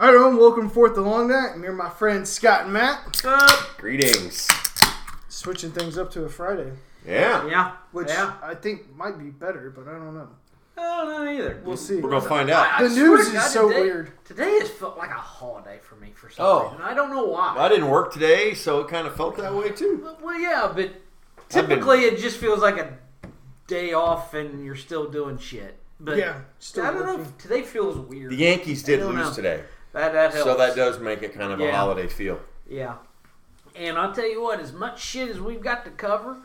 everyone. Welcome forth to Long Night. I'm here with my friends Scott and Matt. Uh, Greetings. Switching things up to a Friday, Yeah. Yeah. which yeah. I think might be better, but I don't know. I don't know either. We'll see. We're going to find I- out. I The swear to news God, is so today- weird. Today has felt like a holiday for me for some Oh. reason. I don't know why. I didn't work today, so it kind of felt that way too. But- Well, yeah, but I've been- typically it just feels like a day off and you're still doing shit. But Yeah, still I don't know. working. if Today feels weird. The Yankees did I don't lose know. today, That that helps. so that does make it kind of a Yeah. holiday feel. Yeah. And I'll tell you what, as much shit as we've got to cover,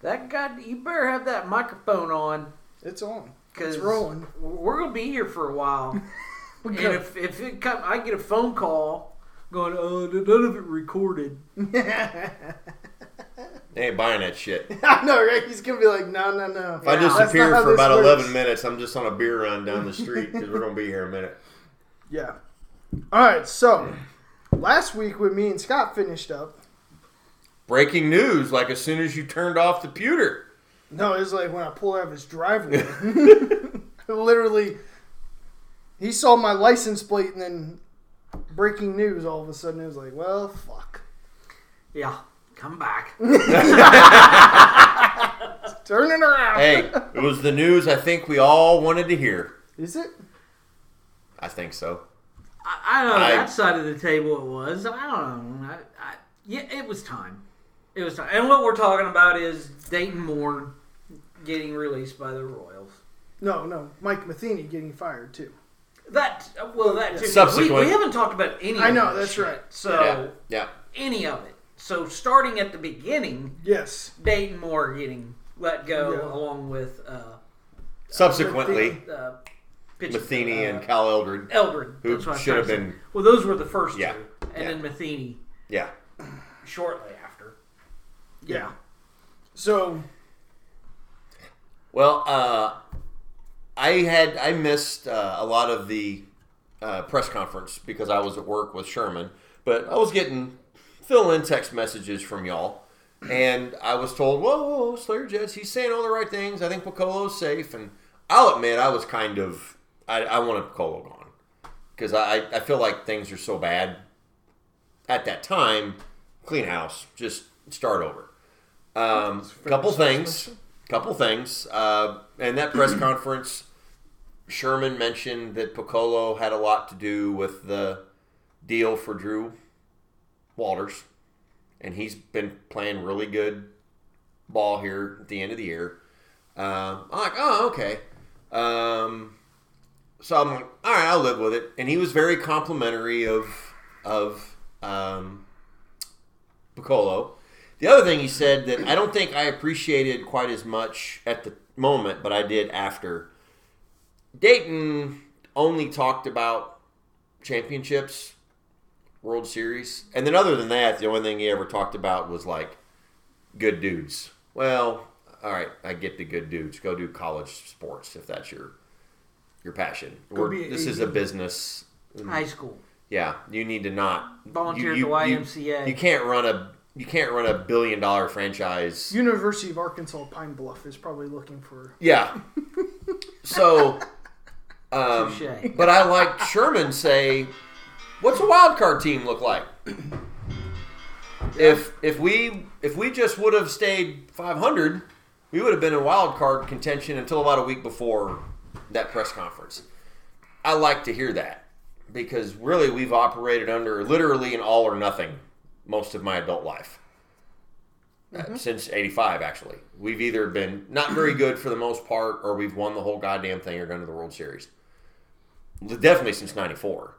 that god, you better have that microphone on It's on. because It's rolling. We're gonna be here for a while. We And got- if, if it come, I get a phone call going, oh, none of it recorded. They ain't buying that shit. If I know, right? He's gonna be like, no, no, no. I Yeah. That's disappear not how for this about works. 11 minutes, I'm just on a beer run down the street because we're going to be here a minute. Yeah. All right. So last week when me and Scott finished up, Breaking news like as soon as you turned off the pewter. no, it was like when I pulled out of his driveway. Literally, he saw my license plate and then breaking news. All of a sudden, it was like, well, fuck. Yeah, come back. Turn it around. Hey, it was the news I think we all wanted to hear. Is it? I think so. I, I don't know I- that side of the table it was. I don't know. I, I, yeah, it was time. It was time. And what we're talking about is Dayton Moore getting released by the Royals. No, no. Mike Matheny getting fired too. That well, that too. Subsequent. We, we haven't talked about any. I of know, this that's shit. right. So Yeah. any of it. So starting at the beginning, Yes. Dayton Moore getting let go Yeah. along with uh, Subsequently, uh, pitcher, Matheny uh, and Cal Eldred. Eldred. who that's what I was should have trying to say. been- Well, those were the first Yeah, two, and yeah. then Matheny Yeah. shortly after. Yeah. So Well, uh, I had I missed uh, a lot of the uh, press conference because I was at work with Sherman, but I was getting fill in text messages from y'all, and I was told, "Whoa, whoa, whoa Slayer Jets, he's saying all the right things. I think Piccolo's safe." And I'll admit, I was kind of I, I wanted Piccolo gone because I I feel like things are so bad at that time. Clean house, just start over. Um, couple things. Couple things. Uh, and that press conference, Sherman mentioned that Piccolo had a lot to do with the deal for Drew Walters, and he's been playing really good ball here at the end of the year. Um, I'm like, oh, okay. Um, so I'm like, all right, I'll live with it. And he was very complimentary of of um, Piccolo. The other thing he said that I don't think I appreciated quite as much at the moment, but I did after. Dayton only talked about championships, World Series, and then other than that, the only thing he ever talked about was like good dudes. Well, all right, I get the good dudes. Go do college sports if that's your your passion. We're- be a this is a business. High school. Yeah, you need to not Volunteer at you- the you- you- YMCA. You can't run a you can't run a billion dollar franchise. University of Arkansas Pine Bluff is probably looking for Yeah. So, um, Touche. but I like Sherman say, "What's a wild card team look like? If if we if we just would have stayed 500, we would have been in wild card contention until about a week before that press conference. I like to hear that because really we've operated under literally an all or nothing most of my adult life." Uh, since 85 actually we've either been not very good for the most part or we've won the whole goddamn thing or gone to the world series definitely since 94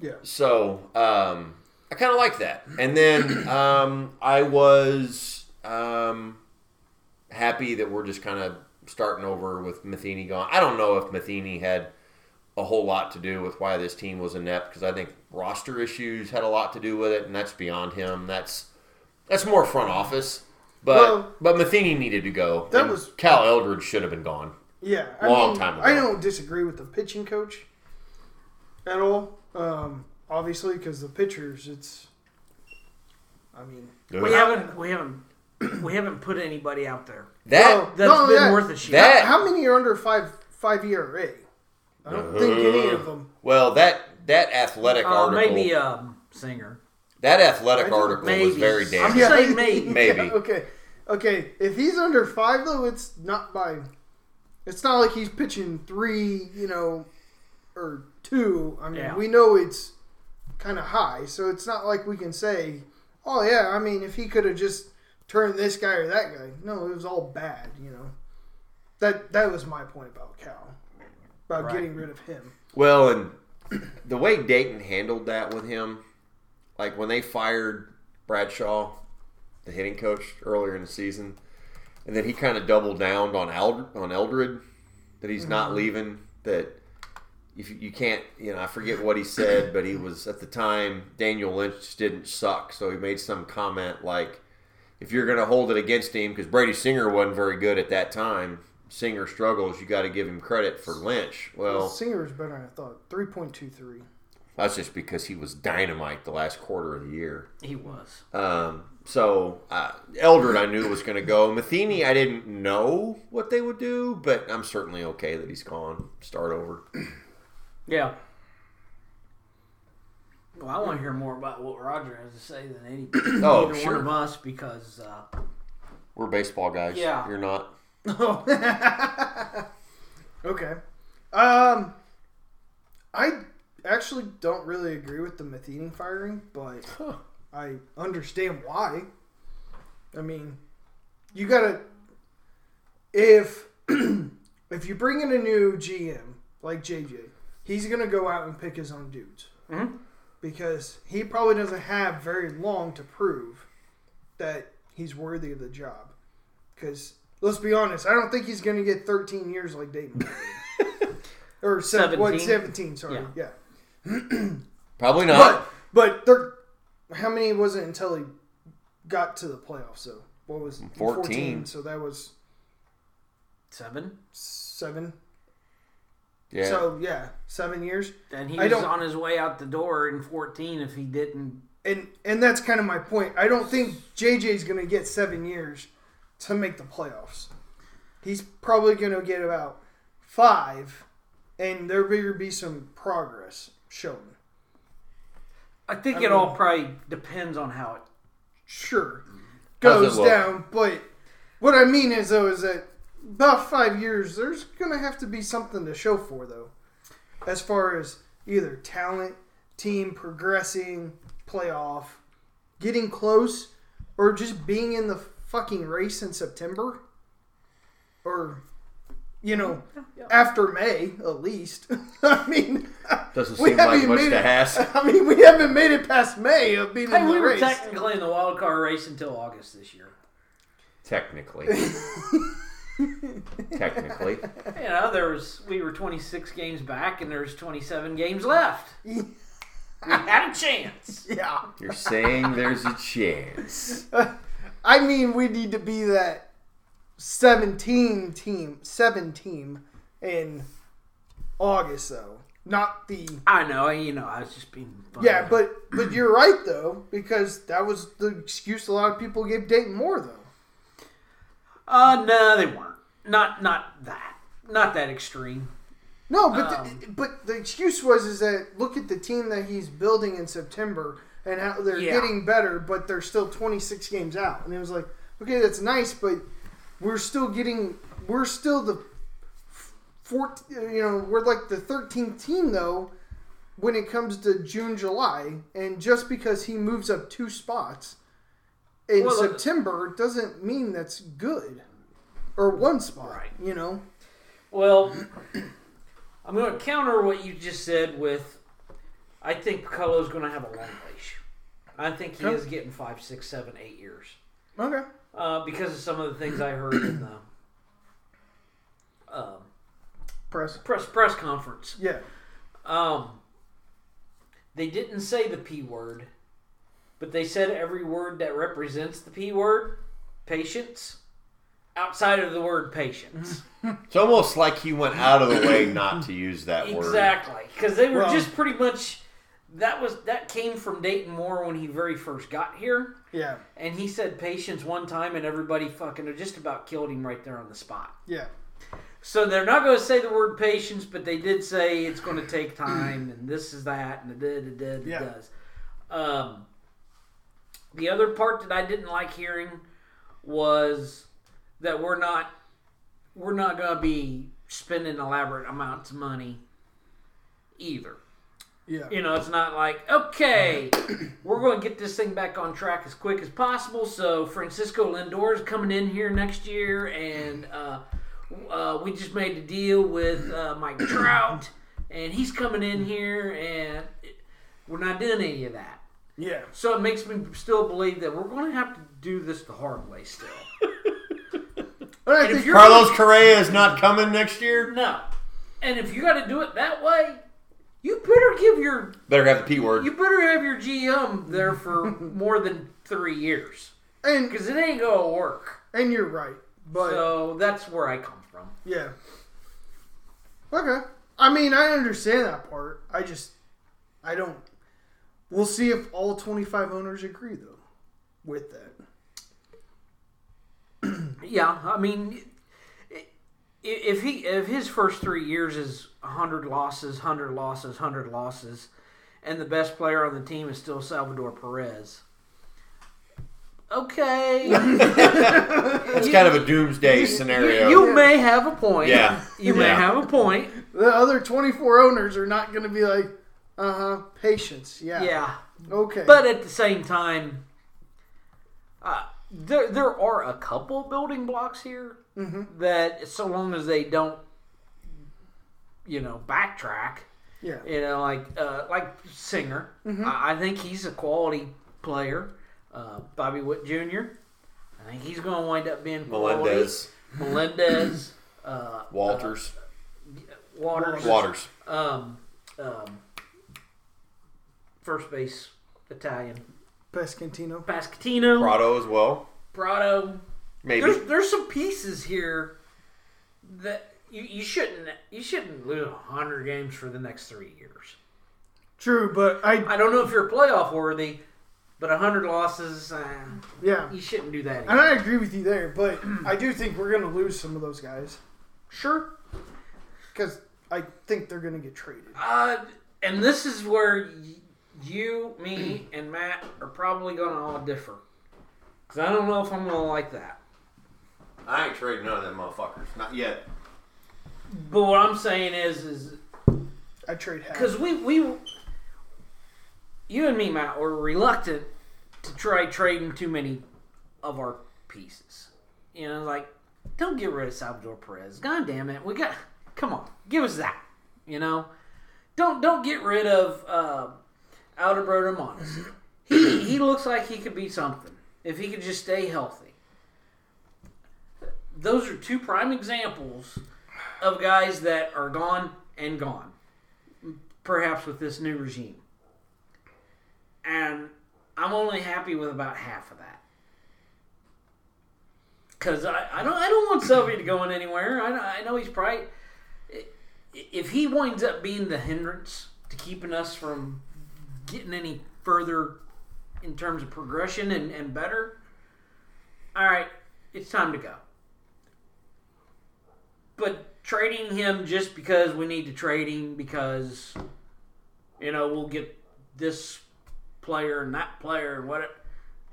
yeah. so um, i kind of like that and then um, i was um, happy that we're just kind of starting over with matheny gone i don't know if matheny had a whole lot to do with why this team was inept because i think roster issues had a lot to do with it and that's beyond him that's that's more front office but Well- but matheny needed to go That and was- cal eldridge should have been gone Yeah, I Long mean, time ago. I don't disagree with the pitching coach at all. Um, obviously, because the pitchers, it's. I mean, We haven't we haven't we haven't put anybody out there. that Well, That's No, been that- worth a shit. that- Uh-huh. how many are under five five ERA? I don't think any of them. Well, that that athletic Uh, article, maybe um, Singer. that athletic I don't- article was maybe. very I'm damning. just- say maybe. Maybe. okay. Okay. If he's under five though, it's not mine. It's not like he's pitching three, you know, or two. I mean, Yeah. we know it's kind of high, so it's not like we can say, "Oh yeah." I mean, if he could have just turned this guy or that guy, no, it was all bad. You know, that that was my point about Cal, about Right. getting rid of him. Well, and the way Dayton handled that with him, like when they fired Bradshaw, the hitting coach earlier in the season, and then he kind of doubled down on Ald- on Eldred that he's not leaving. That if you- you can't, you know, I forget what he said, but he was at the time Daniel Lynch didn't suck, so he made some comment like, "If you're going to hold it against him, because Brady Singer wasn't very good at that time." Singer struggles. You got to give him credit for Lynch. Well, Singer was better than I thought. Three point two three. that's just because he was dynamite the last quarter of the year. He was. Um, so uh, Eldred, I knew was going to go. Matheny, I didn't know what they would do, but I'm certainly okay that he's gone. Start over. Yeah. Well, I want to hear more about what Roger has to say than any either Oh, one of sure. us because uh, We're baseball guys. Yeah. You're not. Oh. okay. Um, I actually don't really agree with the Matheny firing, but Huh. I understand why. I mean, you gotta if if you bring in a new GM like JJ, he's gonna go out and pick his own dudes Mhm. because he probably doesn't have very long to prove that he's worthy of the job. Because let's be honest, I don't think he's gonna get 13 years like Dayton did. or seven, what, 17? 17. Sorry, Yeah. yeah. Probably But not. but there, how many was it until he got to the playoffs? So what was 14. So that was seven, seven. yeah. So yeah, seven years. and he I was don't- on his way out the door in fourteen. If he didn't, And and that's kind of my point. I don't think JJ's going to get seven years to make the playoffs. He's probably going to get about five, and there better be some progress shown. I think I it all mean- probably depends on how it. Sure, Mm-hmm. How's it goes look? down, but what I mean is though is that about five years, there's going to have to be something to show for though, as far as either talent, team progressing, playoff, getting close, or just being in the fucking race in September, or you know after May at least. I mean, Doesn't we seem like haven't much made to it- ask. I mean we haven't made it past May of being Hey, in the we were race. technically in the wild card race until August this year. Technically. Technically. You know, there was we were twenty six games back, and there's twenty seven games left. we had a chance. yeah. You're saying there's a chance. I mean, we need to be that 17 team, seven team in August, though. Not the I know, you know, I was just being. Funny. yeah, but but you're right though because that was the excuse a lot of people gave Dayton Moore though. Uh, no, they weren't. Not not that. Not that extreme. No, but Um, the, but the excuse was is that look at the team that he's building in September and how they're Yeah. getting better, but they're still 26 games out, and it was like okay, that's nice, but we're still getting we're still the four you know we're like the 13th team though when it comes to june july and just because he moves up two spots in Well, look- september doesn't mean that's good or one spot you know Well, I'm going to counter what you just said with I think Piccolo's going to have a long leash. I think he Okay. is getting five, six, seven, eight years okay uh, because of some of the things I heard in the um, press press press conference. yeah Um, they didn't say the p word, but they said every word that represents the p word, patience, outside of the word patience. It's almost like he went out of the way not to use that word. Exactly, because they were Well- just pretty much that was that came from Dayton Moore when he very first got here, yeah and he said patience one time, and everybody fucking just about killed him right there on the spot. yeah So they're not going to say the word patience, but they did say it's going to take time, and this is that, and da da da da Yeah. does. Um, the other part that I didn't like hearing was that we're not we're not going to be spending elaborate amounts of money either. Yeah. You know, it's not like, okay, we're going to get this thing back on track as quick as possible. So Francisco Lindor is coming in here next year, and uh, uh, we just made a deal with uh, Mike Trout, and he's coming in here, and we're not doing any of that. Yeah. So it makes me still believe that we're going to have to do this the hard way still. But I think you're- Carlos Correa is not coming next year. No. And if you got to do it that way, you better give your Better have the P word. You better have your GM there for more than three years and because it ain't gonna work. and you're right, but so that's where I come from. yeah. Okay. I mean, I understand that part. I just, I don't. We'll see if all 25 owners agree though, with that. Yeah, I mean, i- if he if his first three years is hundred losses, hundred losses, hundred losses, and the best player on the team is still Salvador Perez. Okay, That's kind of a doomsday scenario. you may have a point. Yeah. you may Yeah. have a point. The other 24 owners are not going to be like, uh huh, patience. Yeah. Yeah. Okay. But at the same time, uh, there there are a couple building blocks here that, so long as they don't, you know, backtrack. yeah. You know, like uh, like Singer, I, I think he's a quality player. Uh, Bobby Witt Jr. I think he's going to wind up being quality. Melendez, Melendez, uh, Walters, Waters, Waters. Um, um, first base Italian Pescantino. Pascatino. Prado as well. Prado. Maybe. There's there's some pieces here that you, you shouldn't you shouldn't lose hundred games for the next three years. True, but I I don't know if you're playoff worthy, but hundred losses uh, yeah, you shouldn't do that. and Either. I agree with you there, but I do think we're going to lose some of those guys Sure. because I think they're going to get traded. Uh, and this is where y- you, me, and Matt are probably going to all differ because I don't know if I'm going to like that. I ain't trading none of them motherfuckers. Not yet. But what I'm saying is, is I trade half. because we we you and me matt were reluctant to try trading too many of our pieces you know like don't get rid of salvador perez god damn it we got come on give us that you know don't don't get rid of uh alberto Montes. he he looks like he could be something if he could just stay healthy those are two prime examples of guys that are gone and gone perhaps with this new regime. And I'm only happy with about half of that. Cause I, I don't I don't want Sylvie to going anywhere. I, I know he's probably i- if he winds up being the hindrance to keeping us from getting any further in terms of progression and, and better. All right, it's time to go. But trading him just because we need to trade him because you know we'll get this player and that player and what?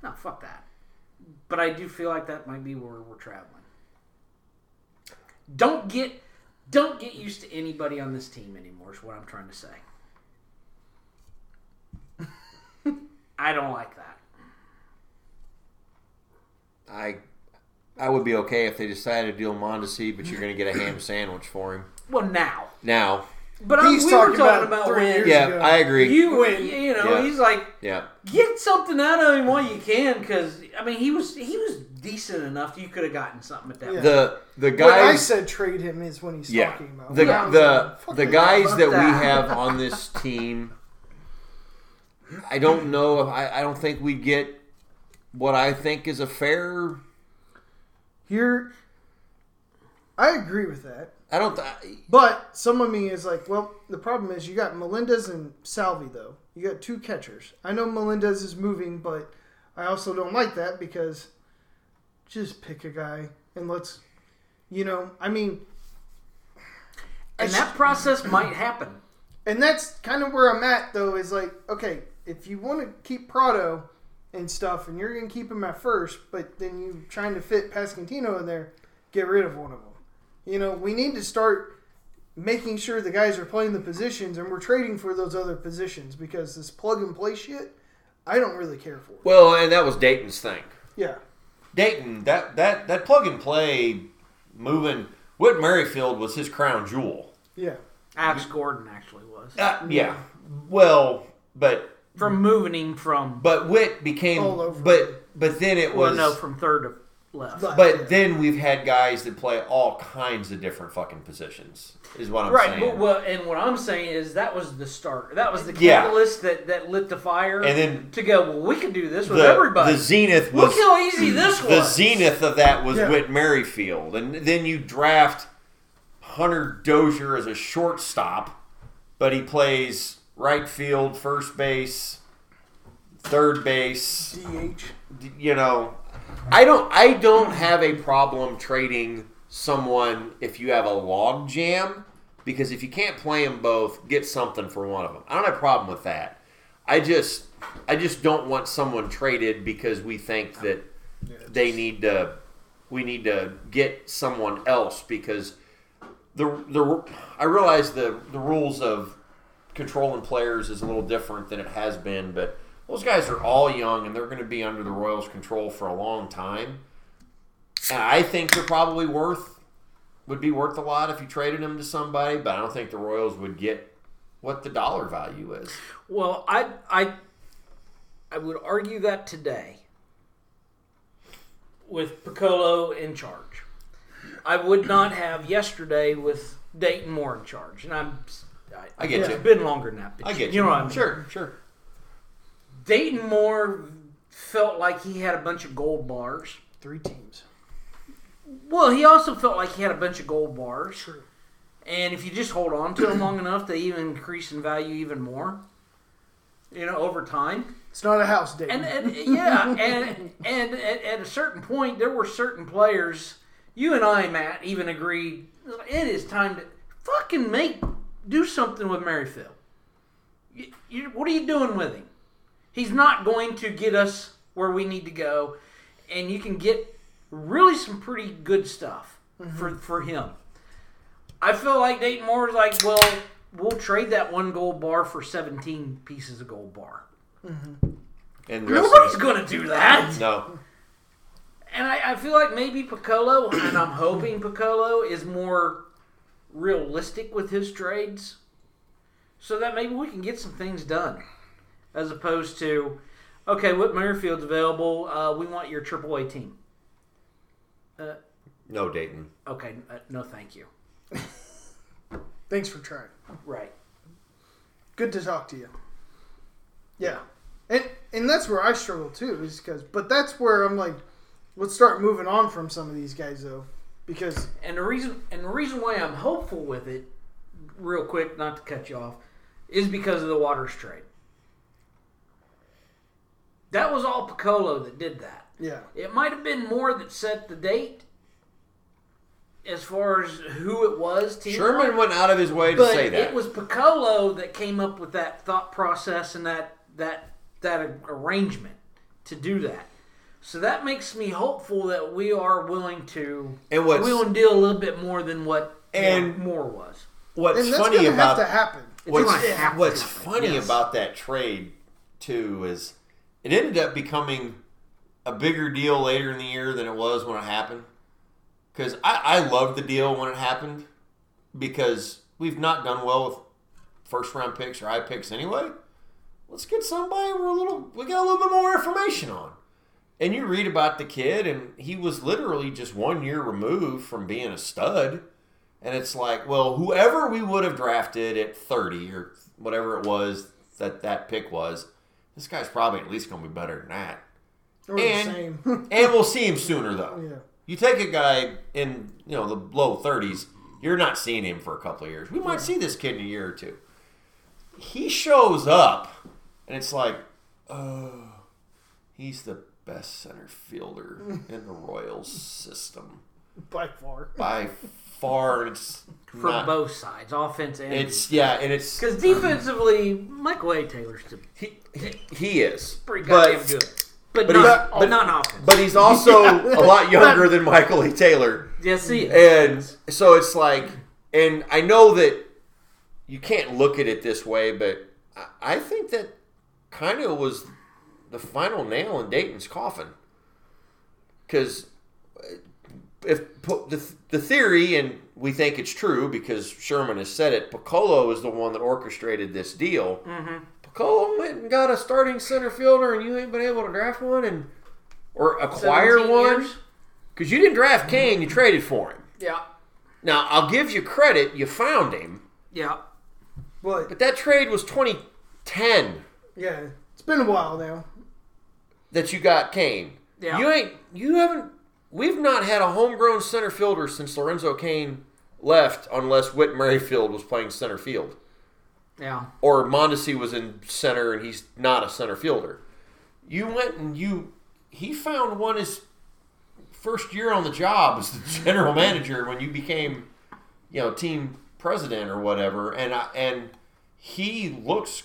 No, fuck that. But I do feel like that might be where we're traveling. Don't get don't get used to anybody on this team anymore. Is what I'm trying to say. I don't like that. I I would be okay if they decided to deal Mondesi, but you're going to get a ham sandwich for him. Well, now, Now. but I, we He's were talking about talking about, three when years. Yeah, I agree. you When- you know Yeah. he's like yeah. get something out of him while you can, because I mean he was he was decent enough. You could have gotten something at that. Yeah. point. The the What I guys said trade him is when he's yeah. talking about. The Yeah. the the guys fuck that we that. have on this team I don't know if I, I don't think we get what I think is a fair You're. I agree with that, I don't th- but some of me is like, well, the problem is you got Melendez and Salvi though. You got two catchers. I know Melendez is moving, but I also don't like that because just pick a guy and let's, you know, I mean, And I that process might happen. And that's kind of where I'm at, though, is like, okay, if you want to keep Prado and stuff, and you're going to keep him at first, but then you're trying to fit Pascantino in there, get rid of one of them. You know, we need to start making sure the guys are playing the positions and we're trading for those other positions because this plug and play shit, I don't really care for. Well, and that was Dayton's thing. Yeah. Dayton, that that that plug and play moving. Whit Merrifield was his crown jewel. Yeah. Alex Gordon actually was. Uh, yeah. Well, but From moving him from, but Whit became All over. but but then it well, was no, from third to left. Left. but then we've had guys that play all kinds of different fucking positions. Is what I'm Right, saying. but well, and what I'm saying is that was the start. That was the Yeah. catalyst that, that lit the fire. And then to go, well, we can do this with the, everybody. the zenith Look was how easy this the was. zenith of that was Yeah. Whit Merrifield, and then you draft Hunter Dozier as a shortstop, but he plays right field, first base, third base. DH. D- You know, I don't. I don't have a problem trading someone if you have a log jam, because if you can't play them both, get something for one of them. I don't have a problem with that. I just, I just don't want someone traded because we think that they need to we need to get someone else because the the I realize the the rules of controlling players is a little different than it has been, but those guys are all young and they're going to be under the Royals' control for a long time. And I think they're probably worth would be worth a lot if you traded them to somebody, but I don't think the Royals would get what the dollar value is. Well, I I I would argue that today with Piccolo in charge. I would not have yesterday with Dayton Moore in charge, and I'm. I, I get it's you. been longer than that. but I get you. You know what I mean? Sure, sure. Dayton Moore felt like he had a bunch of gold bars. Three teams. Well, he also felt like he had a bunch of gold bars. And if you just hold on to them long enough, they even increase in value even more. You know, over time. It's not a house date. And, and yeah, and and at, at a certain point, there were certain players. You and I, Matt, even agreed it is time to fucking make do something with Merrifield. You, you, what are you doing with him? He's not going to get us where we need to go, and you can get really some pretty good stuff for for him. I feel like Dayton Moore is like, well, we'll trade that one gold bar for seventeen pieces of gold bar. And the rest of Nobody's us- gonna do that. no. And I, I feel like maybe Piccolo, and I'm hoping Piccolo is more realistic with his trades, so that maybe we can get some things done, as opposed to, okay, Whit Merrifield's available. Uh, we want your AAA team. Uh, No Dayton. okay, uh, no, thank you. Thanks for trying. Right. good to talk to you. Yeah, and and that's where I struggle too, is because but that's where I'm like, let's start moving on from some of these guys though, because And the reason and the reason why I'm hopeful with it, real quick, not to cut you off, is because of the Waters trade. That was all Piccolo that did that. yeah, It might have been more that set the date as far as who it was. Team Sherman went out of his way to but say that. it was Piccolo that came up with that thought process and that that that a- arrangement to do that. So that makes me hopeful that we are willing to And what's- willing to deal a little bit more than what And- Moore was. what's and that's funny gonna about have to happen. what's, gonna have to what's happen, funny yes. about that trade too is it ended up becoming a bigger deal later in the year than it was when it happened. Because I, I loved the deal when it happened because we've not done well with first round picks or high picks anyway. Let's get somebody we're a little we got a little bit more information on. And you read about the kid and he was literally just one year removed from being a stud. And it's like, well, whoever we would have drafted at 30 or whatever it was that that pick was, this guy's probably at least going to be better than that. Or and- the same, And we'll see him sooner, though. yeah, You take a guy in, you know, the low 30s, you're not seeing him for a couple of years. We might see this kid in a year or two. He shows up, and it's like, oh, he's the best center fielder in the Royals system by far. by far. and It's from not, both sides, offense and It's yeah, and it's because defensively, Mike Way Taylor's the he, he, he is pretty But- goddamn good, but, but not, he's- but not offense. but he's also a lot younger than Michael E. Taylor. yes, he is. And so it's like, and I know that you can't look at it this way, but I- I think that kind of was the final nail in Dayton's coffin. Because if Po- the, the theory, and we think it's true because Sherman has said it, Piccolo is the one that orchestrated this deal. Piccolo went and got a starting center fielder, and you ain't been able to draft one and or acquire 17 one years? because you didn't draft Kane, you traded for him. Yeah, Now, I'll give you credit, you found him, yeah. But but that trade was 2010 yeah, it's been a while now. that you got Kane. Yeah. You ain't you haven't we've not had a homegrown center fielder since Lorenzo Kane left unless Whit Merrifield was playing center field Yeah. or Mondesi was in center and he's not a center fielder. You went and you he found one his first year on the job as the general manager when you became you know team president or whatever and I, and he looks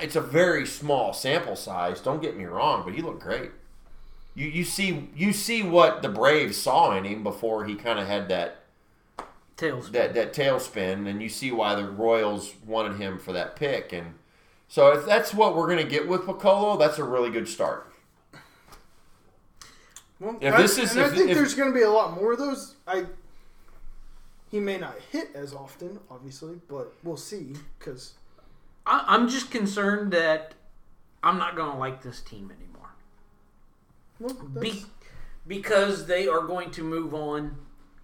it's a very small sample size don't get me wrong but he looked great you you see you see what the Braves saw in him before he kind of had that Tails. that that tailspin, and you see why the Royals wanted him for that pick. And so if that's what we're gonna get with Piccolo, that's a really good start. Well, If I, this is- and I if- think if- there's going to be a lot more of those. I he may not hit as often, obviously, but we'll see. Because I, I'm just concerned that I'm not going to like this team anymore well, that's- Be, because they are going to move on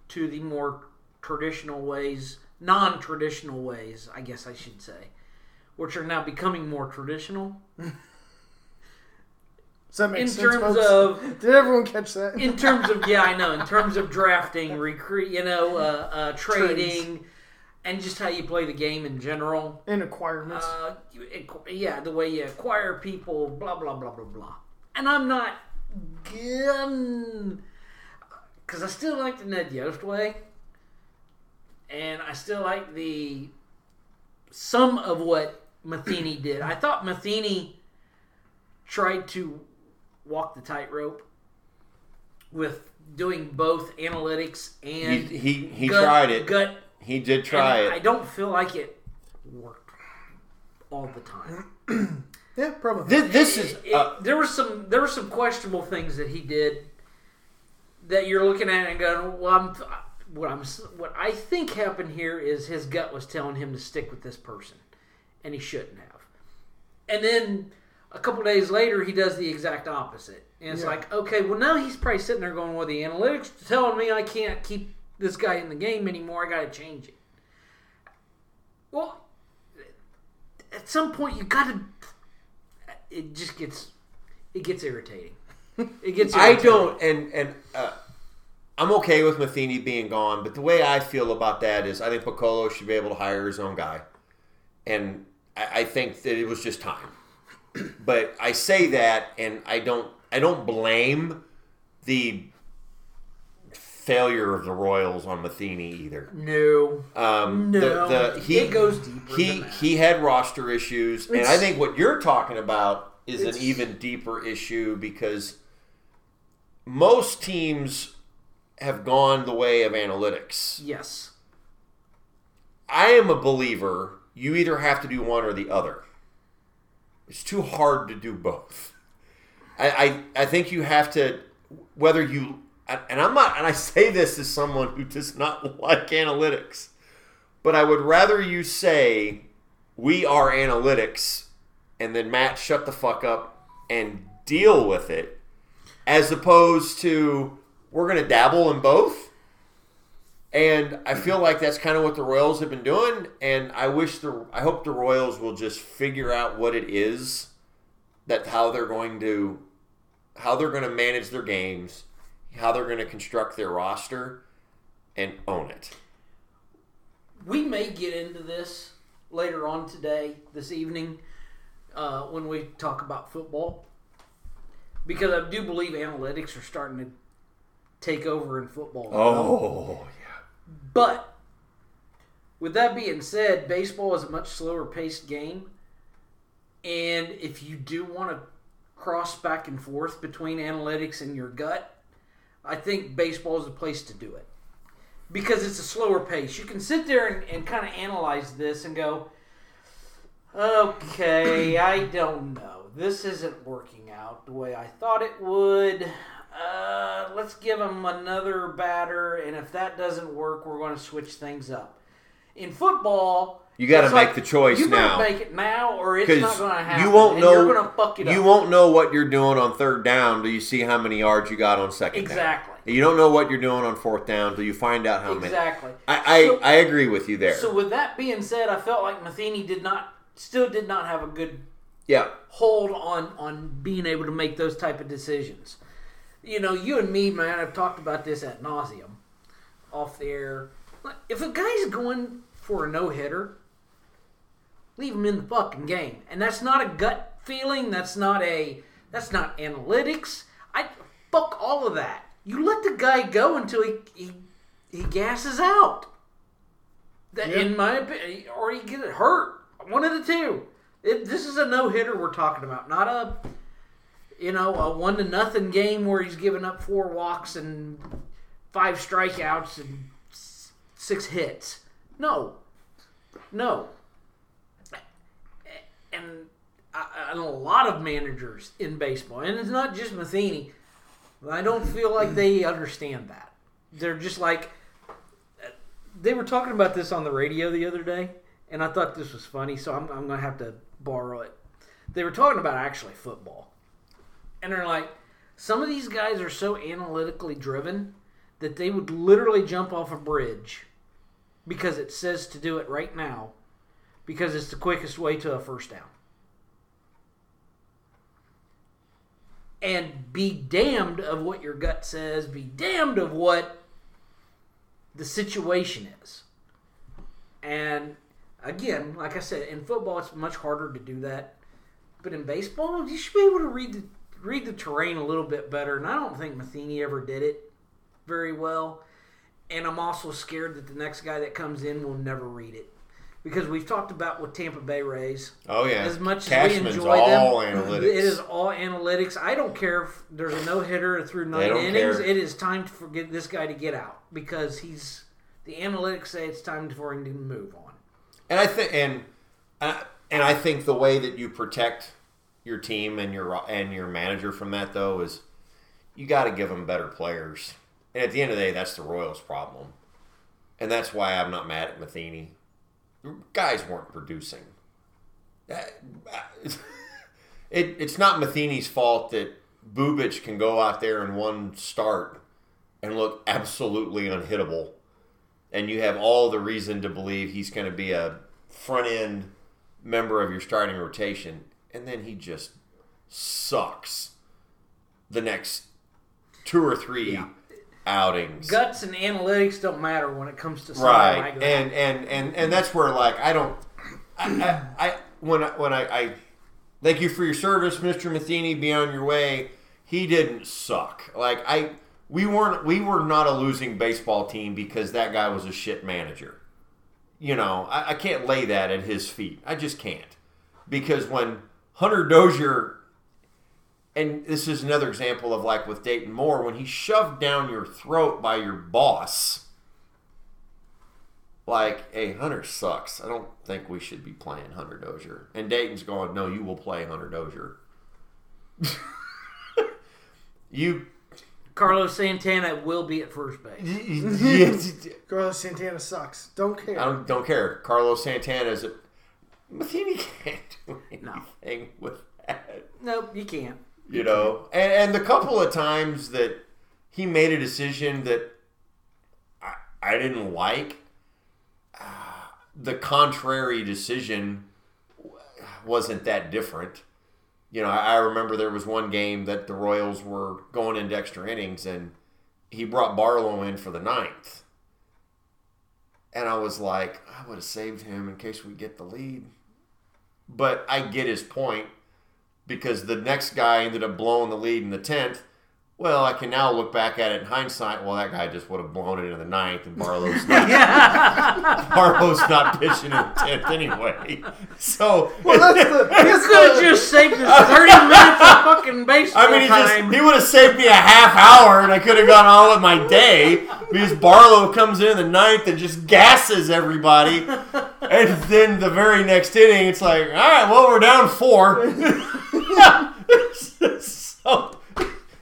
to the more traditional ways, non traditional ways, I guess I should say, which are now becoming more traditional. does that make in sense? terms folks? of- did everyone catch that? in terms of yeah, I know. In terms of drafting, recruit, you know, uh, uh, trading, and just how you play the game in general. In acquirements, Uh, you, acqu- yeah, the way you acquire people, blah blah blah blah blah. And I'm not gun because I still like the Ned Yost way, and I still like the some of what Matheny did. I thought Matheny tried to walk the tightrope with doing both analytics He and he, he gut- tried it. gut He did try and I it. don't feel like it worked all the time. yeah, probably. Thi- This, is It- uh, there were some there were some questionable things that he did that you're looking at and going, well, I'm, what I'm s- what I think happened here is his gut was telling him to stick with this person, and he shouldn't have. And then a couple days later, he does the exact opposite, and it's Yeah. like, okay, well now he's probably sitting there going, well, the analytics are telling me I can't keep this guy in the game anymore. I got to change it. Well, at some point you got to. It just gets, it gets irritating. It gets. I Irritating. don't and and uh, I'm okay with Matheny being gone, but the way I feel about that is I think Piccolo should be able to hire his own guy, and I, I think that it was just time. but I say that, and I don't I don't blame the failure of the Royals on Matheny either. No. Um, No. the, the, he It goes deeper He than that. he had roster issues, and I It's- think what you're talking about is an It's- even deeper issue because most teams have gone the way of analytics. Yes. I am a believer. You either have to do one or the other. It's too hard to do both. I, I, I think you have to whether you and I'm not and I say this as someone who does not like analytics, but I would rather you say we are analytics and then Matt shut the fuck up and deal with it as opposed to we're going to dabble in both. And I feel like that's kind of what the Royals have been doing and I wish the I hope the Royals will just figure out what it is that how they're going to how they're going to manage their games, how they're going to construct their roster and own it. we may get into this later on today, this evening, uh, when we talk about football, because I do believe Uh. analytics are starting to take over in football. Oh, yeah. But With that being said, baseball is a much slower paced game. And if you do want to cross back and forth between analytics and your gut, I think baseball is the place to do it. Because it's a slower pace. You can sit there and, and kind of analyze this and go, okay, I don't know. This isn't working out the way I thought it would. Uh, let's give him another batter, and if that doesn't work, we're going to switch things up. In football, You got to it's make like, the choice you better now. make it now, or it's not Because going to happen. you won't and know You're going to fuck it you up. won't know what you're doing on third down till you see how many yards you got on second Exactly. down. You don't know what you're doing on fourth down till you find out how many. Exactly. I, I, So- I agree with you there. So with that being said, I felt like Matheny did not, still did not have a good yeah. hold on on being able to make those type of decisions. You know, you and me, man, I've talked about this at nauseum off the air. Like, If a guy's going for a no hitter, leave him in the fucking game, and that's not a gut feeling. That's not a. That's not analytics. I fuck all of that. You let the guy go until he he, he gasses out. That, Yeah. In my opinion, or he get hurt. One of the two. It, this is a no hitter we're talking about, not a you know a one to nothing game where he's giving up four walks and five strikeouts and s- six hits. No, no. And, I- and a lot of managers in baseball, and it's not just Matheny. I don't feel like they understand that. They're just like they were talking about this on the radio the other day, and I thought this was funny, so I'm, I'm gonna have to borrow it. They were talking about actually football, and they're like, some of these guys are so analytically driven that they would literally jump off a bridge because it says to do it right now because it's the quickest way to a first down. And be damned of what your gut says, be damned of what the situation is. And again, like I said, in football it's much harder to do that. But in baseball, you should be able to read the read the terrain a little bit better. And I don't think Matheny ever did it very well. And I'm also scared that the next guy that comes in will never read it. Because we've talked about with Tampa Bay Rays. Oh yeah. As much as we Cashman's enjoy all them, analytics. it is all analytics. I don't care if there's a no hitter through nine don't innings. care. It is time to forget this guy to get out because he's the analytics say it's time for him to move on. And I think and uh, and I think the way that you protect your team and your and your manager from that though is you got to give them better players. And at the end of the day, that's the Royals' problem, and that's why I'm not mad at Matheny. Guys weren't producing. That- it, it's not Matheny's fault that Bubich can go out there in one start and look absolutely unhittable and you have all the reason to believe he's going to be a front end member of your starting rotation, and then he just sucks the next two or three outings. Guts and analytics don't matter when it comes to something right, like that. and and and and that's where like I don't, I, I, I when I, when I, I thank you for your service, Mister Matheny. Be on your way. He didn't suck. Like I, we weren't we were not a losing baseball team because that guy was a shit manager you know, I, I can't lay that at his feet. I just can't. Because when Hunter Dozier, and this is another example of like with Dayton Moore, when he's shoved down your throat by your boss, like, hey, Hunter sucks. I don't think we should be playing Hunter Dozier. And Dayton's going, no, you will play Hunter Dozier. you. Carlos Santana will be at first base. Carlos Santana sucks. Don't care. I don't, don't care. Carlos Santana is. A, Matheny can't do No. anything with that, Nope, you can't. you know. And, and the couple of times that he made a decision that I, I didn't like, ah, the contrary decision w- wasn't that different. You know, I, I remember there was one game that the Royals were going into extra innings, and he brought Barlow in for the ninth. And I was like, I would have saved him in case we get the lead. But I get his point because the next guy ended up blowing the lead in the 10th. Well, I can now look back at it in hindsight. Well, that guy just would have blown it into the ninth, and Barlow's not, Barlow's not pitching in the tenth anyway. So, Well, that's the. You That's could have the just saved us 30 minutes of fucking baseball I mean, he time. just he would have saved me a half hour, and I could have gone on with my day because Barlow comes in the ninth and just gasses everybody, and then the very next inning, it's like, all right, well, we're down four. so,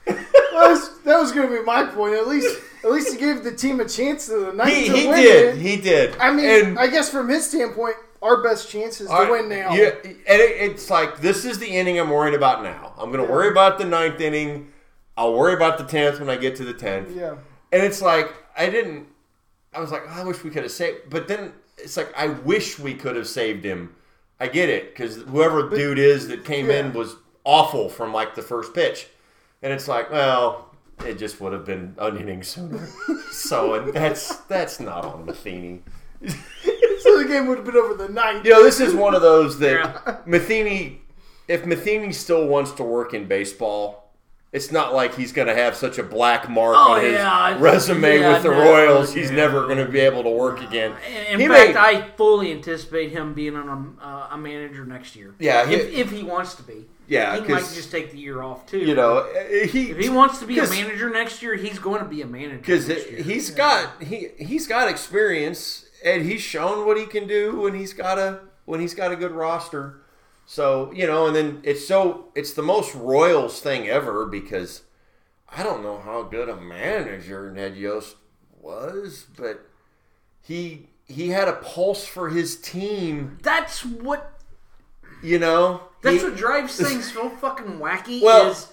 that was, that was going to be my point. At least, at least he gave the team a chance to the night he, to he win did, it. he did. I mean, And- I guess from his standpoint, our best chance is All to right, win now. Yeah, and it, it's like this is the inning I'm worried about now. I'm gonna worry about the ninth inning. I'll worry about the tenth when I get to the tenth. Yeah. And it's like I didn't. I was like, oh, I wish we could have saved. But then it's like I wish we could have saved him. I get it because whoever dude is that came in yeah. was awful from like the first pitch, and it's like, well, it just would have been an inning sooner. so and that's that's not on Matheny. So the game would have been over the ninth. You know, this is one of those that Yeah. Matheny, if Matheny still wants to work in baseball, it's not like he's going to have such a black mark Oh, on his yeah, it's- resume yeah, with the no, Royals. He's yeah. never going to be able to work again. In, He in may- fact, I fully anticipate him being on a, uh, a manager next year. Yeah, he- if, if he wants to be. Yeah, he might 'cause, just take the year off too. you know, eh, he if he wants to be a 'cause- manager next year, he's going to be a manager. because next year. he's got he he's got experience and he's shown what he can do when he's got a when he's got a good roster. So you know, and then it's so it's the most Royals thing ever because I don't know how good a manager Ned Yost was, but he he had a pulse for his team. that's what You know, That's He- what drives things so fucking wacky. Well- is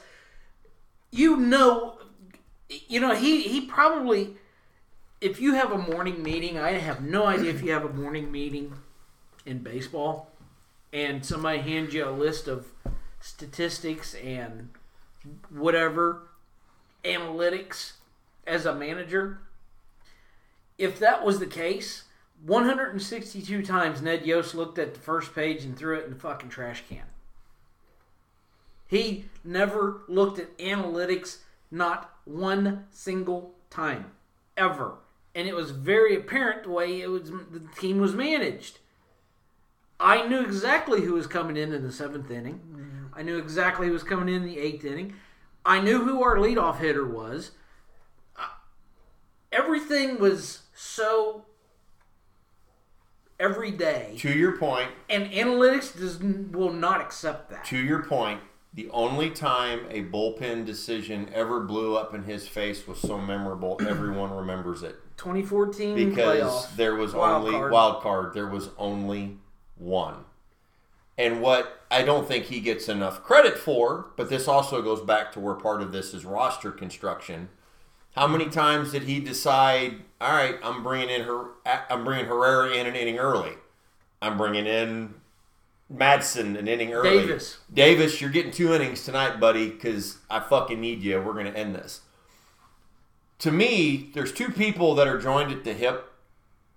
you know, you know he he probably if you have a morning meeting, I have no idea if you have a morning meeting in baseball, and somebody hands you a list of statistics and whatever analytics as a manager. If that was the case, 162 times Ned Yost looked at the first page and threw it in the fucking trash can. He never looked at analytics, not one single time, ever. And it was very apparent the way it was the team was managed. I knew exactly who was coming in in the seventh inning. I knew exactly who was coming in the eighth inning. I knew who our leadoff hitter was. I- Everything was so every day, to your point, and analytics does will not accept that. to your point, the only time a bullpen decision ever blew up in his face was so memorable, everyone remembers it. 2014 because playoff. there was Wild only card. wild card. There was only one, and what I don't think he gets enough credit for. But this also goes back to where part of this is roster construction. How many times did he decide? All right, I'm bringing in her. I'm bringing Herrera in an inning early. I'm bringing in Madsen an inning early. Davis. Davis, you're getting two innings tonight, buddy, because I fucking need you. We're gonna end this to me, there's two people that are joined at the hip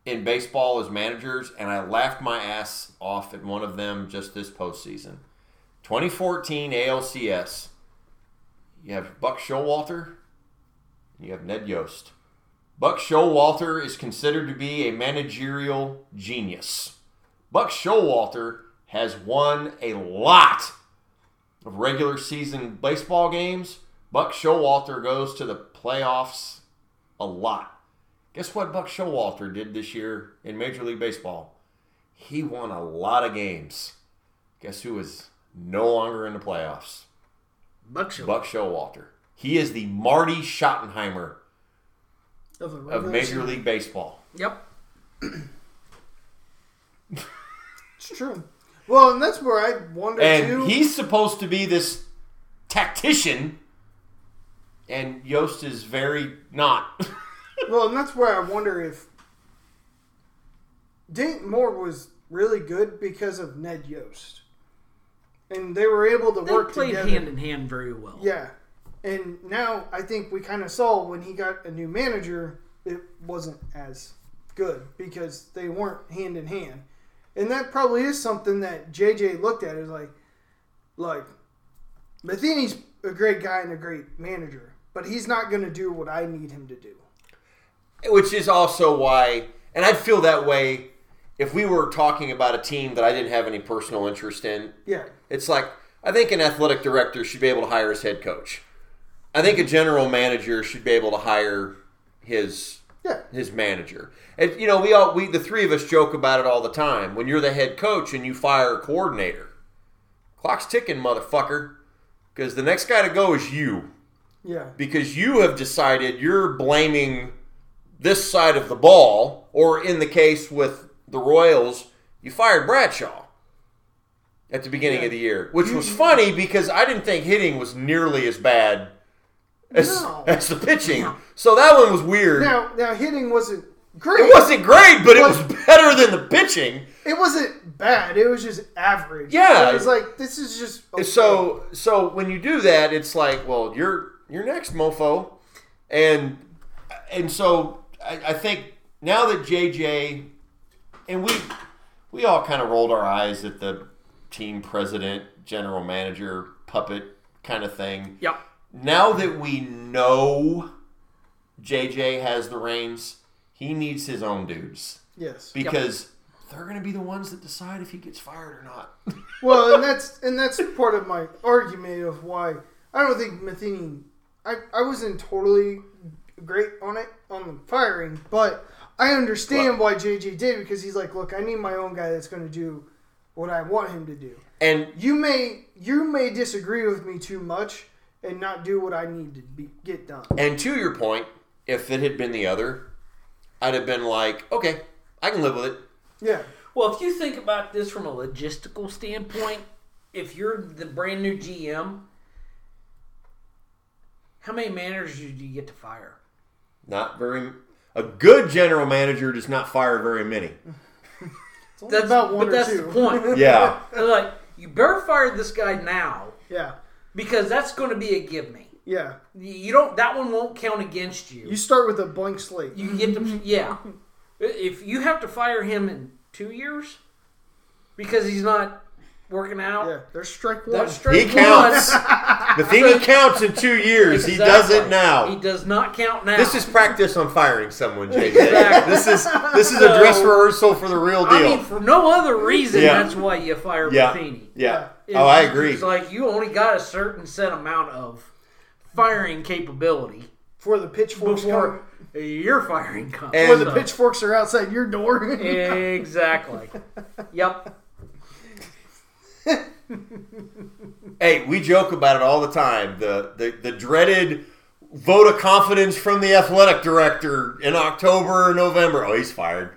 in baseball as managers, and I laughed my ass off at one of them just this postseason. 2014 ALCS. You have Buck Showalter, and you have Ned Yost. Buck Showalter is considered to be a managerial genius. Buck Showalter has won a lot of regular season baseball games. Buck Showalter goes to the playoffs a lot. Guess what Buck Showalter did this year in Major League Baseball? He won a lot of games. Guess who is no longer in the playoffs? Buckshot. Buck Showalter. He is the Marty Schottenheimer Of, the of regular Major season. League Baseball. Yep. It's true. Well, and that's where I wonder too. And he's supposed to be this tactician, and Yost is very not. Well, and that's where I wonder if Dink Moore was really good because of Ned Yost, and they were able to They work played together. hand in hand very well. Yeah, and now I think we kind of saw when he got a new manager, it wasn't as good because they weren't hand in hand, and that probably is something that JJ looked at is like, like Matheny's a great guy and a great manager, but he's not going to do what I need him to do. which is also why, and I'd feel that way if we were talking about a team that I didn't have any personal interest in. Yeah. It's like I think an athletic director should be able to hire his head coach. I think a general manager should be able to hire his Yeah. his manager. And you know, we all we the three of us joke about it all the time. When you're the head coach and you fire a coordinator, clock's ticking, motherfucker, because the next guy to go is you Yeah. because you have decided you're blaming this side of the ball, or in the case with the Royals, you fired Bradshaw at the beginning of the year, which Mm-hmm. was funny because I didn't think hitting was nearly as bad as, No. as the pitching. So that one was weird. Now, now hitting wasn't great. It wasn't great, but it was better than the pitching. It wasn't bad. It was just average. Yeah. It was like this is just okay. So so when you do that, it's like, well, you're you're next, mofo, and and so I, I think now that JJ and we we all kind of rolled our eyes at the team president, general manager, puppet kind of thing. Yep. Now that we know JJ has the reins, he needs his own dudes yes. because they're going to be the ones that decide if he gets fired or not. well, and that's and that's part of my argument of why I don't think Matheny. I I wasn't totally great on it on the firing, but I understand why JJ did because he's like, look, I need my own guy that's going to do what I want him to do. And You may you may disagree with me too much and not do what I need to be, get done. And to your point, if it had been the other, I'd have been like, okay, I can live with it. Yeah. Well, if you think about this from a logistical standpoint, if you're the brand new GM, how many managers do you get to fire? Not very. A good general manager does not fire very many. It's only about one but or that's two. the point. Yeah. They're like, you better fire this guy now Yeah. because that's going to be a give me. Yeah. You don't. That one won't count against you. You start with a blank slate. You get to yeah. If you have to fire him in two years because he's not working out, yeah. There's strike one. that's straight He counts. Matheny counts in two years. He does it Exactly. He now. does not count now. This is practice on firing someone, JJ. Exactly. This is this is a dress rehearsal for the real I deal. mean, for no other reason, Yeah. that's why you fire yeah. Matheny. yeah, It's- Oh, I agree. It's like you only got a certain set amount of firing capability before the pitchforks before come, your firing comes. And- before the So- pitchforks are outside your door. Exactly. yep. Hey, we joke about it all the time. The, the the dreaded vote of confidence from the athletic director in October or November. Oh, he's fired.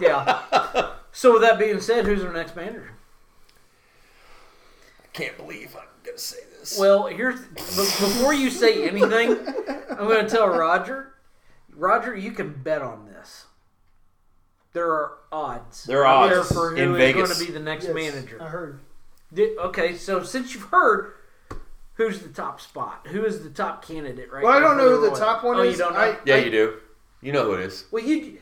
Yeah. so with that being said, who's our next manager? I can't believe I'm gonna say this. Well, here's b- before you say anything, I'm going to tell Roger. Roger, you can bet on this. There are odds. There are out there odds for who in is Vegas. going to be the next Yes, I manager. heard. Di- Okay, so since you've heard, who's the top spot? Who is the top candidate right Well, I now don't for know the who the Royals? top one Oh, is. You don't know? I- yeah, you do. You know who it is. Well, you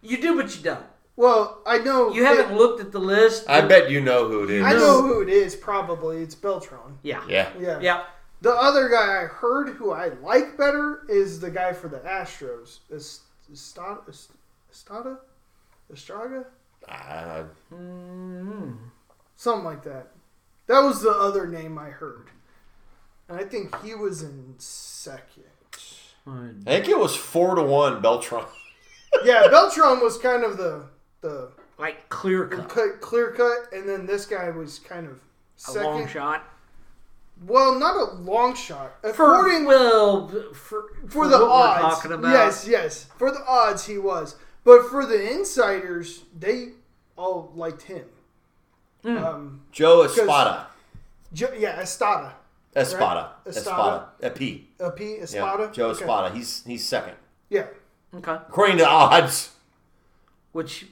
you do, but you don't. Well, I know You haven't It, looked at the list. I bet you know who it is. I know who it is. Probably it's Beltron. Yeah. Yeah. Yeah. Yeah. The other guy I heard who I like better is the guy for the Astros. Est- Estada, Est- Estada, Estraga, Uh, Mm-hmm. something like that. That was the other name I heard, and I think he was in second. I think it was four to one. Beltron. Yeah, Beltron was kind of the the Like clear cut, cut, clear cut, and then this guy was kind of a second. long shot. Well, not a long shot. For According well, for, for the what odds, we're talking about. yes, yes, for the odds he was. But for the insiders, they all liked him. Hmm, Um, Joe Espada. Jo- yeah, Estada, Espada. Right? Espada. A P. a P, Yeah. Espada, Joe Okay. Espada. He's he's second Yeah, Okay. according to odds. Which,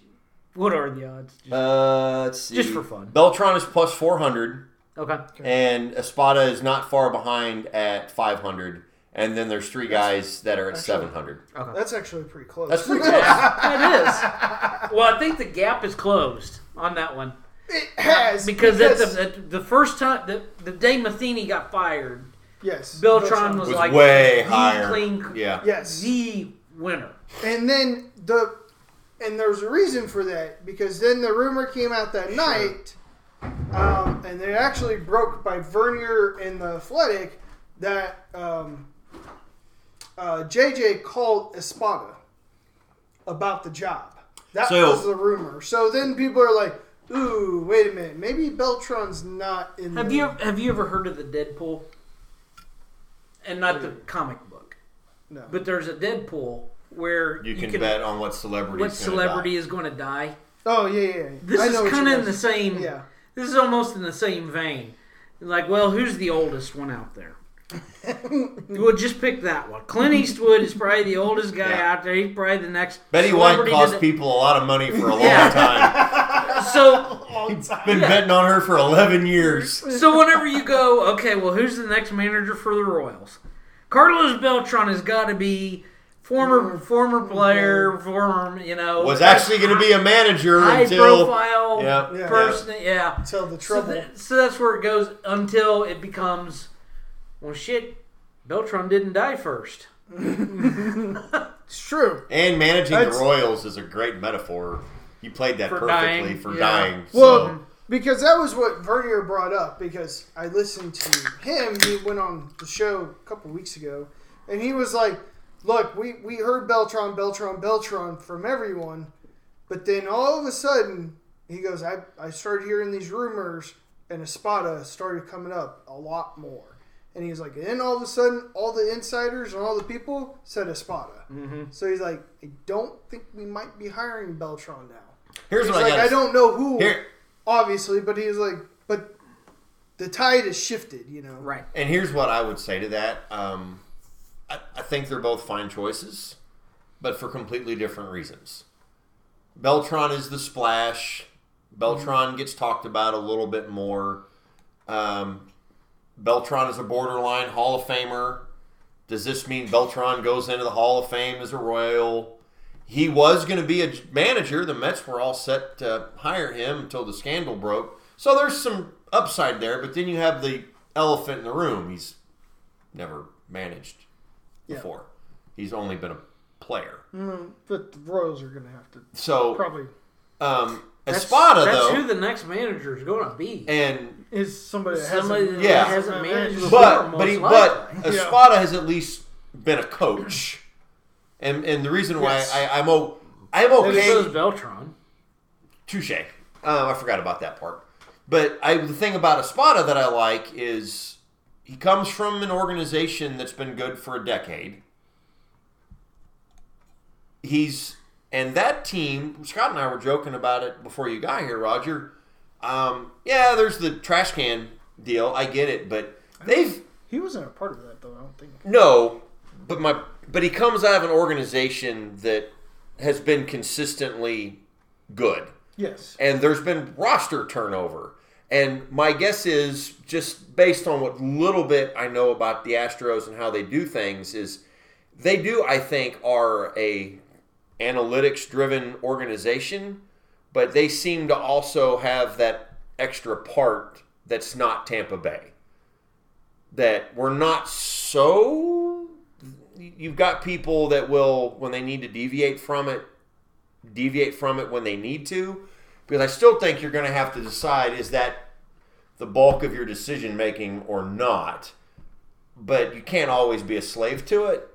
what are the odds? Just- Uh, let's see. Just for fun. Beltron is plus four hundred. okay. and Espada is not far behind at 500. And then there's three guys that are at 700. Okay. that's actually pretty close. That's pretty close. That is. Well, I think the gap is closed on that one it has because, at, the, at the first time the, the day Matheny got fired, Yes. Beltron was, Was like way the higher. clean, Yeah. Yes. the winner. And then the and there's a reason for that because then the rumor came out that night, um, and it actually broke by Vernier and the Athletic that um, uh, JJ called Espada about the job. That So- was the rumor. So then people are like, "Ooh, wait a minute, maybe Beltron's not in." Have the, you have you ever heard of the Deadpool? And not the comic book, No. but there's a Deadpool where You can, bet on what celebrity. what celebrity is going to die. oh yeah, yeah. yeah. This I know is what you kind of in guys- the same. Yeah. This is almost in the same vein. Like, well, who's the oldest one out there? we'll just pick that one. Clint Eastwood is probably the oldest guy Yeah. out there. He's probably the next. Betty White celebrity to cost the- people a lot of money for a long Yeah. time. So, Been betting on her for 11 years. so whenever you go, okay, well, who's the next manager for the Royals? Carlos Beltran has got to be Mm. former Mm-hmm. former player, former you know Was actually going to be a manager high until. profile Yeah. Yeah. person. yeah. Until the So, trouble. that, so that's where it goes until it becomes, well, shit, Beltron didn't die first. it's true. And managing the That's- Royals is a great metaphor. You played that For perfectly dying, for yeah. dying. Well, so. because that was what Vernier brought up. Because I listened to him. He went on the show a couple weeks ago, and he was like, "Look, we we heard Beltron, Beltron, Beltron from everyone, but then all of a sudden, he goes, I I started hearing these rumors, and Espada started coming up a lot more." And he's like, and then all of a sudden, all the insiders and all the people said Espada. So he's like, I don't think we might be hiring Beltron now. Here's He's what like, I got. I don't know who, Here- obviously, but he's like, but the tide has shifted, you know. Right. And here's what I would say to that. Um, I, I think they're both fine choices, but for completely different reasons. Beltron is the splash. Beltron gets talked about a little bit more. Um, Beltron is a borderline Hall of Famer. Does this mean Beltron goes into the Hall of Fame as a Royal? He was going to be a j- manager. The Mets were all set to hire him until the scandal broke. So there's some upside there, but then you have the elephant in the room. He's never managed Yeah. before. He's only been a player. Hmm. But the Royals are going to have to So probably um, That's, Espada that's though, who the next manager is going to be. and is somebody that Somebody that hasn't, Yeah. hasn't managed before, but most but he, but likely. Yeah. Espada has at least been a coach, and and the reason why Yes. I, I'm o I'm And so is okay. Beltron. Touche. Um, I forgot about that part. But I the thing about Espada that I like is he comes from an organization that's been good for a decade. He's and that team. Scott and I were joking about it before you got here, Roger. Um, yeah, there's the trash can deal. I get it, but they've he wasn't a part of that though. I don't think. no, but my but he comes out of an organization that has been consistently good. Yes. And there's been roster turnover. And my guess is just based on what little bit I know about the Astros and how they do things is they do I think are a analytics driven organization, but they seem to also have that extra part that's not Tampa Bay. That we're not so you've got people that will when they need to deviate from it deviate from it when they need to because I still think you're going to have to decide is that the bulk of your decision making or not. But you can't always be a slave to it.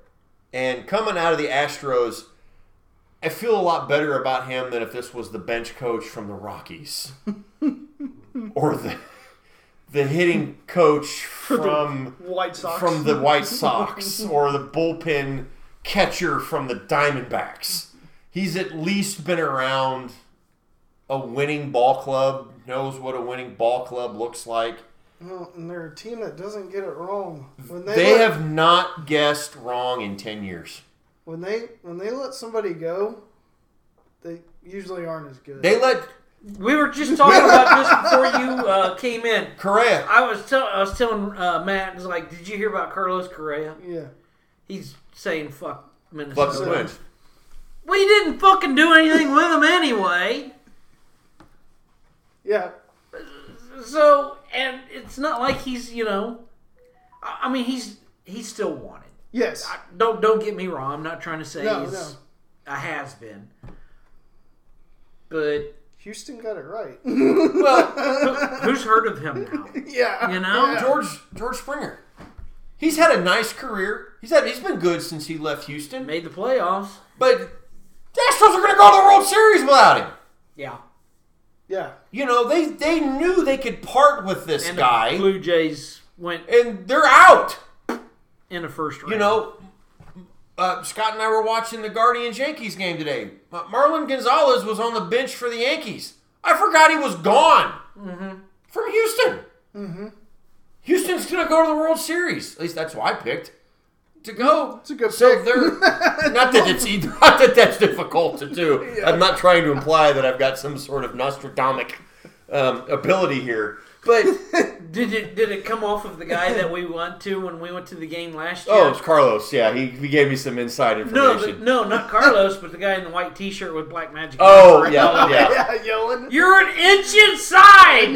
And coming out of the Astros, I feel a lot better about him than if this was the bench coach from the Rockies or the the hitting coach from White Sox. from the White Sox or the bullpen catcher from the Diamondbacks. He's at least been around a winning ball club, knows what a winning ball club looks like. Well, and they're a team that doesn't get it wrong. When they, They let, have not guessed wrong in 10 years. when they when they let somebody go, they usually aren't as good. They let We were just talking about this before you uh, came in. Correa. I was tell I was telling uh, Matt, it's like, did you hear about Carlos Correa? yeah. He's saying fuck Fuck Minnesota. the win. We didn't fucking do anything with him anyway. Yeah. So, and it's not like he's, you know, I, I mean, he's he's still wanted. Yes. I, don't don't get me wrong. I'm not trying to say No, he's no. a has been, but Houston got it right. who, Well, who's heard of him now? yeah. You know? Yeah. George George Springer. He's had a nice career. He's had he's been good since he left Houston. Made the playoffs. But the Astros are going to go to the World Series without him. Yeah, Yeah. You know they they knew they could part with this and guy, the Blue Jays went and they're out. in the first round. You know, uh, Scott and I were watching the Guardians Yankees game today. Ma- Marlon Gonzalez was on the bench for the Yankees. I forgot he was gone Mm-hmm. from Houston. Houston's going to go to the World Series. At least that's who I picked to go. It's a good So pick. they're not that it's either, not that that's difficult to do. I'm not trying to imply that I've got some sort of Nostradamus um, ability here, but did it did it come off of the guy that we went to when we went to the game last year? oh, it's Carlos. Yeah, he, he gave me some inside no, the- information. no, not Carlos, but the guy in the white T-shirt with black magic. Oh yeah, yeah. Yeah, yelling. You're an inch inside.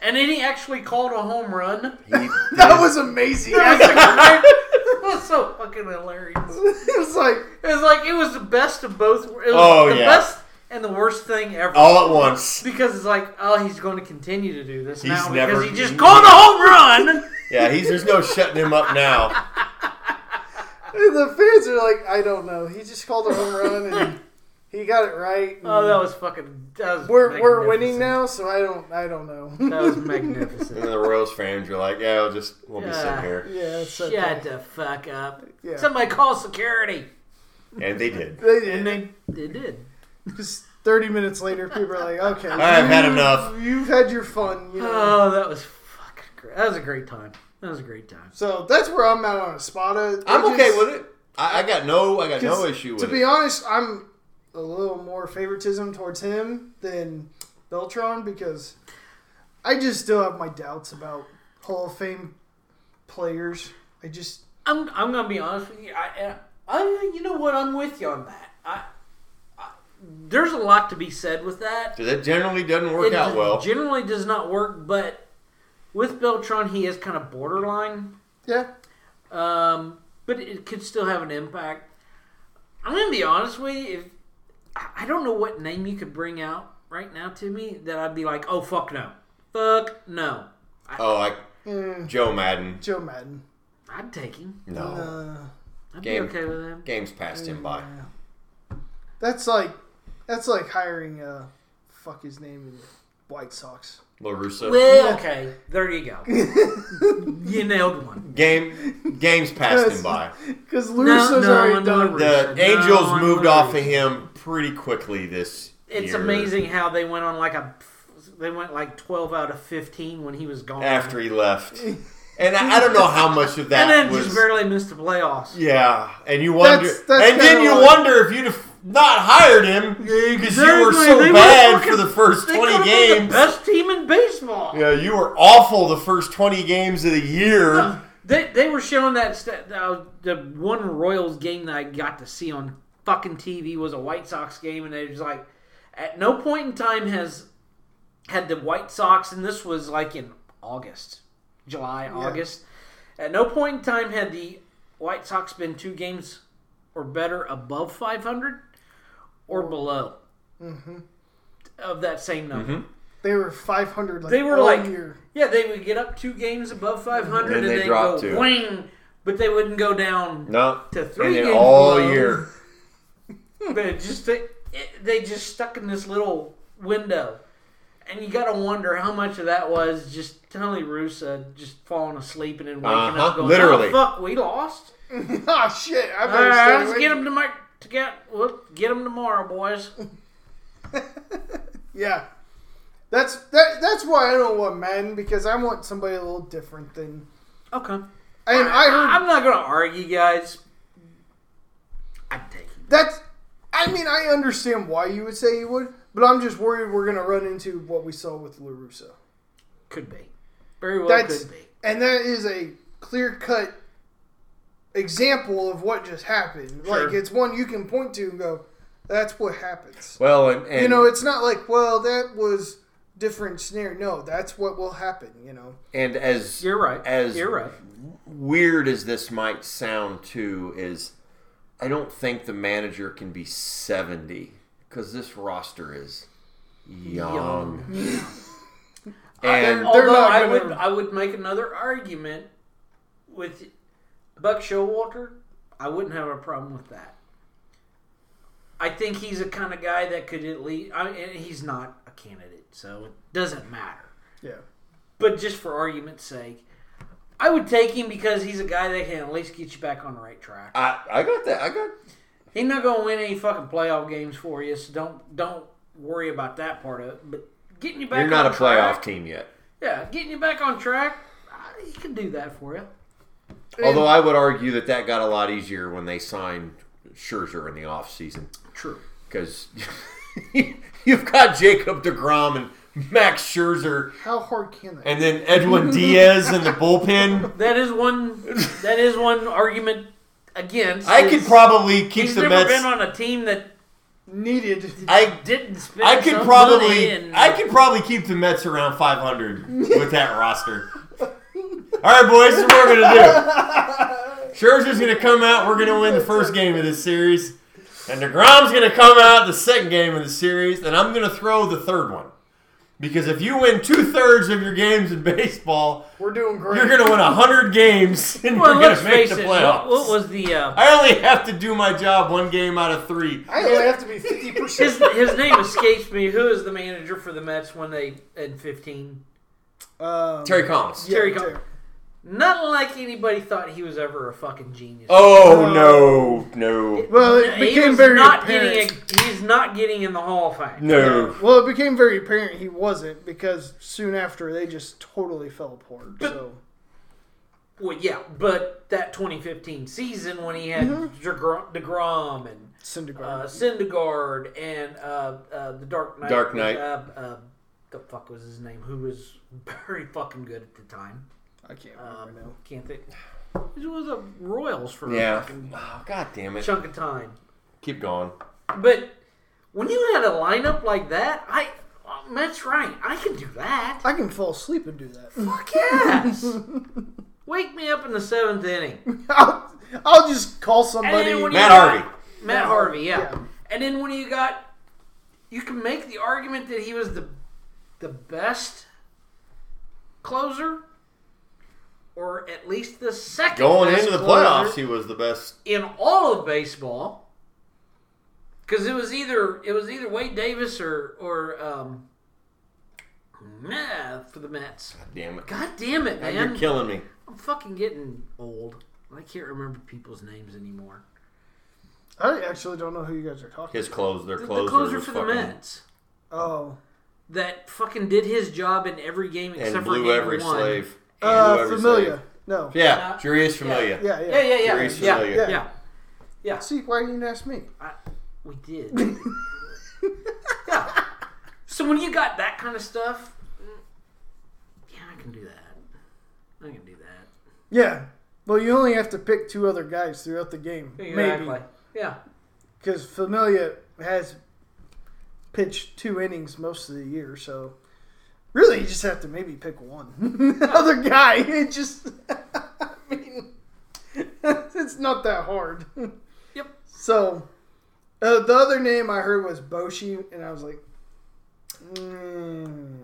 and then he actually called a home run. He That was amazing. That's it it was so fucking hilarious. was like, It was like it was the best of both. It was Oh, the yeah. Oh. best and the worst thing ever. all at once. Because it's like, oh, he's going to continue to do this He's now never- because he just called a home run. Yeah, he's there's no shutting him up now. the fans are like, I don't know. He just called a home run and he got it right. and oh, that was fucking. That was we're we're winning magnificent. now, so I don't I don't know. That was And magnificent. then the Royals fans are like, yeah, we'll just we'll be sitting here, yeah, it's okay. Shut the fuck up. Yeah. Somebody call security. and they did. They And did. they, they did. Just Thirty minutes later, people are like, "Okay, I've had you- enough." You've had your fun." You know? Oh, that was fucking great. That was a great time. That was a great time. so that's where I'm at on Uh, Espada. I'm okay with it. I, I got no, I got no 'Cause issue with To it. be honest, I'm a little more favoritism towards him than Beltron because I just still have my doubts about Hall of Fame players. I just I'm, I'm gonna be honest with you. I, I, I- you know what? I'm with you on that. I, I, there's a lot to be said with that. 'Cause it generally doesn't work out d- well. Generally, does not work, but with Beltron, he is kind of borderline. yeah, Um, but it could still have an impact. I'm gonna be honest with you. If I I don't know what name you could bring out right now to me that I'd be like, oh fuck no, fuck no, Oh, I, eh, Joe Madden. Joe Madden. I'd take him. No, Uh, I'd Game. be okay with him. games passed him by. yeah. That's like that's like hiring uh fuck his name in the White Sox. Larusa. Well, Yeah. okay, there you go. you nailed one. Game games passed him by. Because Luso's no, already no, done. no. with it. The No, Angels I'm moved not off really- of him pretty quickly this. It's year amazing how they went on like a, they went like twelve out of fifteen when he was gone. After he left, and I, I don't know how much of that and then was just barely missed the playoffs. Yeah, and you wonder, That's- that's and then kinda you like- wonder if you'd have not hired him because you were Exactly, so they were bad fucking- for the first They twenty could've been games. the best team in baseball. Yeah, you were awful the first twenty games of the year. They, they were showing that stat, uh, the one Royals game that I got to see on fucking TV was a White Sox game, and it was like, at no point in time has had the White Sox, and this was like in August, July, August. At no point in time had the White Sox been two games or better above 500 or below of that same number. They were 500. Like, They were all like- year. Yeah, they would get up two games above 500 Then and they they go drop two. wing, but they wouldn't go down. No, To three and then games all below. year. They just they, it- they just stuck in this little window, and you got to wonder how much of that was just Tony Russa just falling asleep and then waking Uh-huh, up going, literally. "Oh, fuck, we lost. Ah, shit. I All better stay right, let's away. get them tomorrow. To get, we'll get them tomorrow, boys." Yeah. That's that. That's why I don't want Madden because I want somebody a little different than. Okay, And I heard I'm not gonna argue, guys. I take it. that's. I mean, I understand why you would say you would, but I'm just worried we're gonna run into what we saw with Larusso, could be very well That's- could be. and that is a clear cut example of what just happened. Sure. Like it's one you can point to and go, "That's what happens." Well, and, and you know, it's not like, "Well, that was different scenario." No, that's what will happen. You know. and as You're right. as You're right. weird as this might sound too is I don't think the manager can be 70 cuz this roster is young. And I- They're Although not I gonna- would, I would make another argument with Buck Showalter. I wouldn't have a problem with that. I think he's a kind of guy that could at least. I mean, and he's not a candidate, so it doesn't matter. Yeah. But just for argument's sake, I would take him because he's a guy that can at least get you back on the right track. I, I got that. I got He's not going to win any fucking playoff games for you, so don't don't worry about that part of it. But getting you back You're not a on track- playoff team yet. Yeah, getting you back on track, uh, he can do that for you. Although I would argue that that got a lot easier when they signed Scherzer in the offseason. True. because you've got Jacob DeGrom and Max Scherzer, How hard can that? and then Edwin Diaz in the bullpen. That is one. That is one argument against. I could is probably keep He's the never Mets. been on a team that Needed. I didn't spend. I could some money probably and- I could probably keep the Mets around 500 with that roster. All right, boys, this is what we're gonna do. Scherzer's gonna come out. We're gonna win the first game of this series, and Degrom's gonna come out the second game of the series, and I'm gonna throw the third one. Because if you win two thirds of your games in baseball, We're doing great. you're gonna win hundred games, and Well, you're let's gonna make face the it. playoffs. What, what was the? Uh, I only have to do my job one game out of three. I only have to be fifty his percent. his name escapes me. Who is the manager for the Mets when they in fifteen? Um, Terry Collins. Terry Col- Not like anybody thought he was ever a fucking genius. Oh no, no, Well, it he became was very not apparent. getting. A, he's not getting in the Hall of Fame. no. Well, it became very apparent he wasn't because soon after they just totally fell apart. So Well, yeah, but that 2015 season when he had DeGrom, DeGrom and uh, Syndergaard. Syndergaard and uh, uh, the Dark Knight. Dark Knight. Uh, uh, the fuck was his name? Who was very fucking good at the time. I can't Um, remember now. Can't think. It was the Royals for a Yeah. fucking Oh, God damn it. chunk of time. Keep going. But when you had a lineup like that, I. um, That's right. I can do that. I can fall asleep and do that. Fuck yes. Wake me up in the seventh inning. I'll, I'll just call And somebody. then when you Matt got- Harvey. Matt Harvey, yeah. Yeah. And then when you got, you can make the argument that he was the the best closer, or at least the second Going best into the closer playoffs, he was the best. in all of baseball. Because it was either it was either Wade Davis or or um, nah, for the Mets. Damn it. God damn it, man! You're killing me. I'm fucking getting old. I can't remember people's names anymore. I actually don't know who you guys are talking. His clothes, their The- clothes. the are closer just for the fucking, Mets Oh, that fucking did his job in every game except And for blew game every one. slave. And blew uh, every familiar. slave. No. Yeah, Uh, Jurius Familia. Yeah, yeah. Yeah, yeah, yeah, Jurius yeah, Familia. yeah, Yeah. yeah. See, why didn't you ask me? I, we did. yeah. So when you got that kind of stuff, mm, yeah, I can do that. I can do that. Yeah. Well, you only have to pick two other guys throughout the game, maybe, Yeah. because Familia has pitched two innings most of the year. So really, you just have to maybe pick one other guy. It just, I mean, it's not that hard. Yep. So uh, the other name I heard was Boshi, and I was like, mm,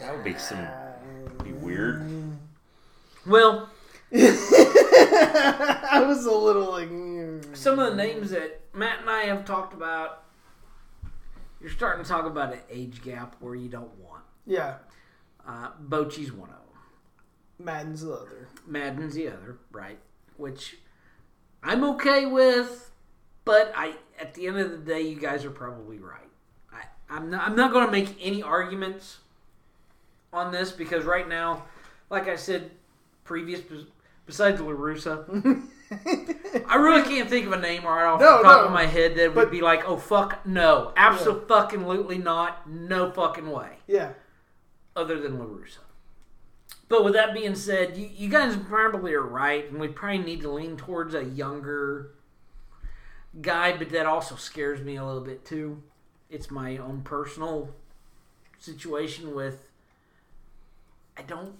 That would be some be weird. Well, I was a little like. mm. some of the names that Matt and I have talked about, you're starting to talk about an age gap where you don't want. Yeah, Uh, Bochy's one of them. Madden's the other. Madden's the other, right? Which I'm okay with, but I at the end of the day, you guys are probably right. I, I'm not. I'm not going to make any arguments on this because right now, like I said, previous besides Larusa, I really can't think of a name right off No, the top no. of my head that would But- be like, oh fuck, no, absolutely not, no fucking way Yeah, other than LaRusa. But with that being said, you, you guys probably are right, and we probably need to lean towards a younger guy, but that also scares me a little bit too. It's my own personal situation with I don't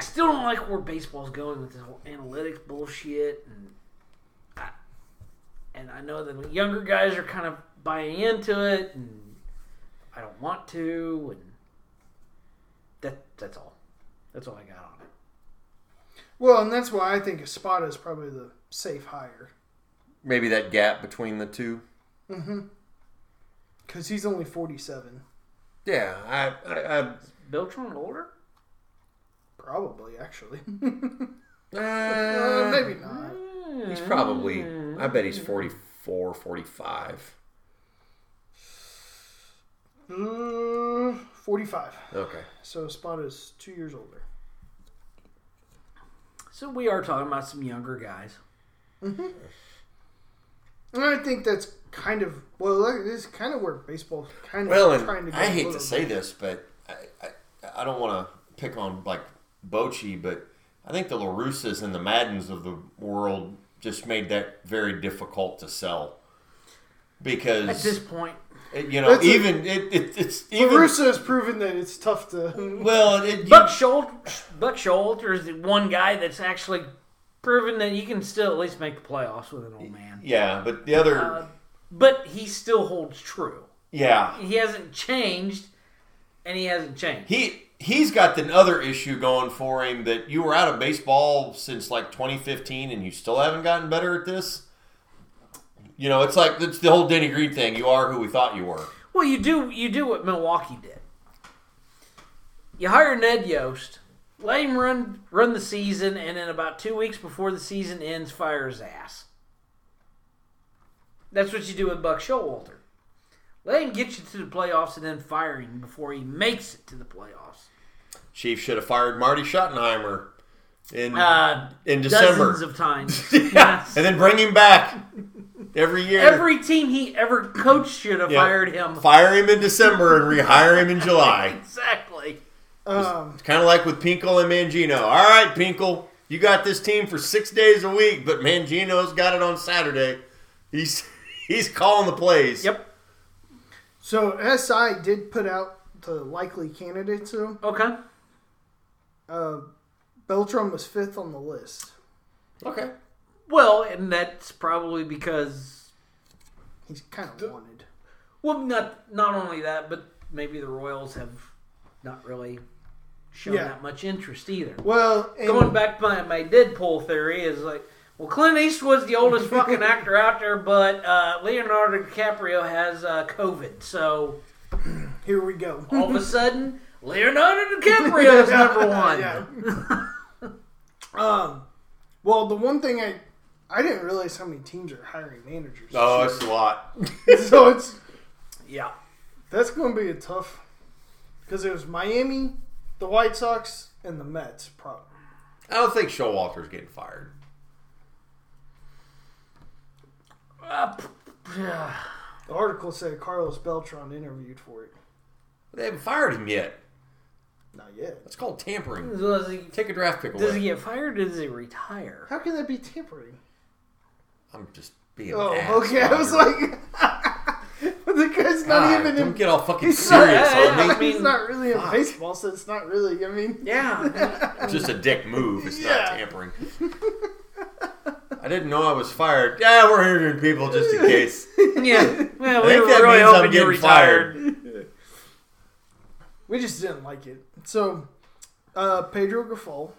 still don't like where baseball's going with this whole analytics bullshit, and I, and I know the younger guys are kind of buying into it, and I don't want to, and that that's all. That's all I got on it. Well, and that's why I think Espada is probably the safe hire Maybe that gap between the two. because he's only 47. Yeah, I, I, I Beltran older? Probably, actually. Uh, Uh, maybe not. He's probably, I bet Hmm. he's 44, 45. Uh, 45. Okay. So Spada's two years older. So we are talking about some younger guys. And I think that's kind of, well, that is kind of where baseball's kind of Well, trying to and go. I a hate to little say bit. this, but I, I, I don't want to pick on like Bochy, but I think the Larusas and the Maddens of the world just made that very difficult to sell At because this point, it- you know That's a- even it, it, it's even LaRusso has proven that it's tough to. well it, you- Buck Showalter, Buck Showalter is the one guy that's actually proven that he can still at least make the playoffs with an old man. yeah, but the other Uh, but he still holds true. yeah He hasn't changed, and he hasn't changed. he he's got another issue going for him that you were out of baseball since like 2015 and you still haven't gotten better at this. You know, it's like it's the whole Denny Green thing. You are who we thought you were. Well, you do you do what Milwaukee did. You hire Ned Yost, let him run run the season, and then about two weeks before the season ends, fire his ass. That's what you do with Buck Showalter. Let him get you to the playoffs and then fire him before he makes it to the playoffs. Chief should have fired Marty Schottenheimer in Uh, in December, dozens of times. yeah, Yes. and then bring him back every year. Every team he ever coached should have Yeah. fired him. Fire him in December and rehire him in July. Exactly. Um, Kind of like with Pinkel and Mangino. All right, Pinkel, you got this team for six days a week, but Mangino's got it on Saturday. He's he's calling the plays. Yep. so SI did put out the likely candidates, though. Okay. Uh, Beltram was fifth on the list. Okay. Well, and that's probably because He's kind of wanted. well, not not only that, but maybe the Royals have not really shown Yeah. that much interest either. Well, and, Going back to my, my Deadpool theory is like, well, Clint Eastwood's the oldest fucking actor out there, but uh, Leonardo DiCaprio has uh, COVID, so here we go. all of a sudden Leonardo DiCaprio's number one. Yeah. um, well, the one thing I I didn't realize how many teams are hiring managers. Oh, it's a lot. so it's yeah. that's going to be a tough because it was Miami, the White Sox, and the Mets. Probably I don't think Showalter's getting fired. Uh, p- yeah. the article said Carlos Beltran interviewed for it. They haven't fired him yet. Not yet. That's called tampering. Does he, Take a draft pick away. does he get fired? Or does he retire? How can that be tampering? I'm just being. Oh, an ass, okay. I was Roger. like, the guy's not God, even don't in. get all fucking He's not- serious yeah, on yeah. me. I he's mean, not really in fuck. baseball, so it's not really. I mean, Yeah. It's just a dick move. It's not Yeah. tampering. I didn't know I was fired. Yeah, we're interviewing people just in case. Yeah. Well, I we think were that really means I'm hoping you getting retired. we just didn't like it. So, uh, Pedro Gafal.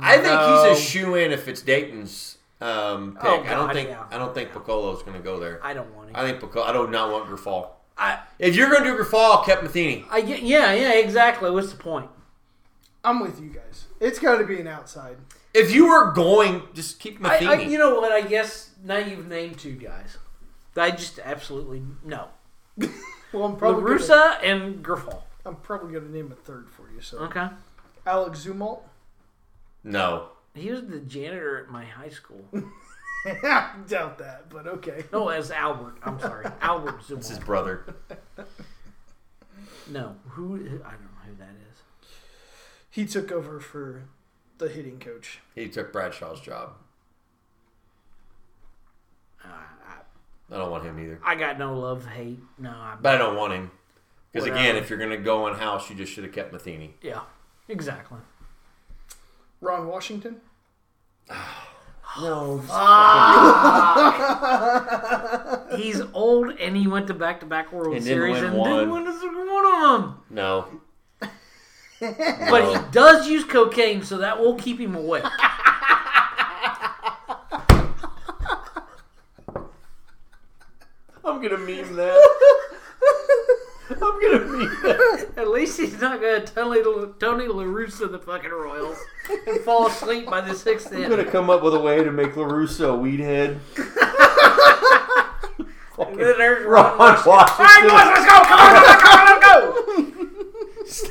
I think No. he's a shoe in if it's Dayton's um, pick. Oh, I don't God, think yeah. I don't think Piccolo's going to go there. I don't want I to. think Piccolo. I do not want Grafal. I, If you're going to do Grafal, Kep Matheny. I, get- yeah, yeah, exactly. What's the point? I'm with you guys. It's got to be an outside. If you were going, just keep I, Matheny. I, you know what? I guess now you've named two guys. I just absolutely no. Well, I'm probably Gonna, Larusa and Griffal. I'm probably gonna name a third for you. So Okay. Alex Zumalt. no, He was the janitor at my high school. I doubt that, but okay. No, as Albert. I'm sorry, Albert it's his Zumal. brother. No, who? who- I don't know who that is. He took over for the hitting coach. He took Bradshaw's job. Uh, I, I don't want him either. I got no love, hate. No, I'm, But I don't want him because again, Whatever. if you're going to go in house, you just should have kept Matheny. yeah, exactly. Ron Washington. No. He's old and he went to back to back World And didn't Series win and one. didn't win a single one of them. No. But he does use cocaine, so that will keep him awake. I'm gonna meme that. I'm gonna meme that. At least he's not going to Tony, Tony LaRusso the fucking Royals and fall asleep by the sixth I'm gonna inning. come up with a way to make Larusso a weed head. And then there's Ron Ron Washington. Washington. All right, boys, let's go! Come on, let's go, let's go! Let's go!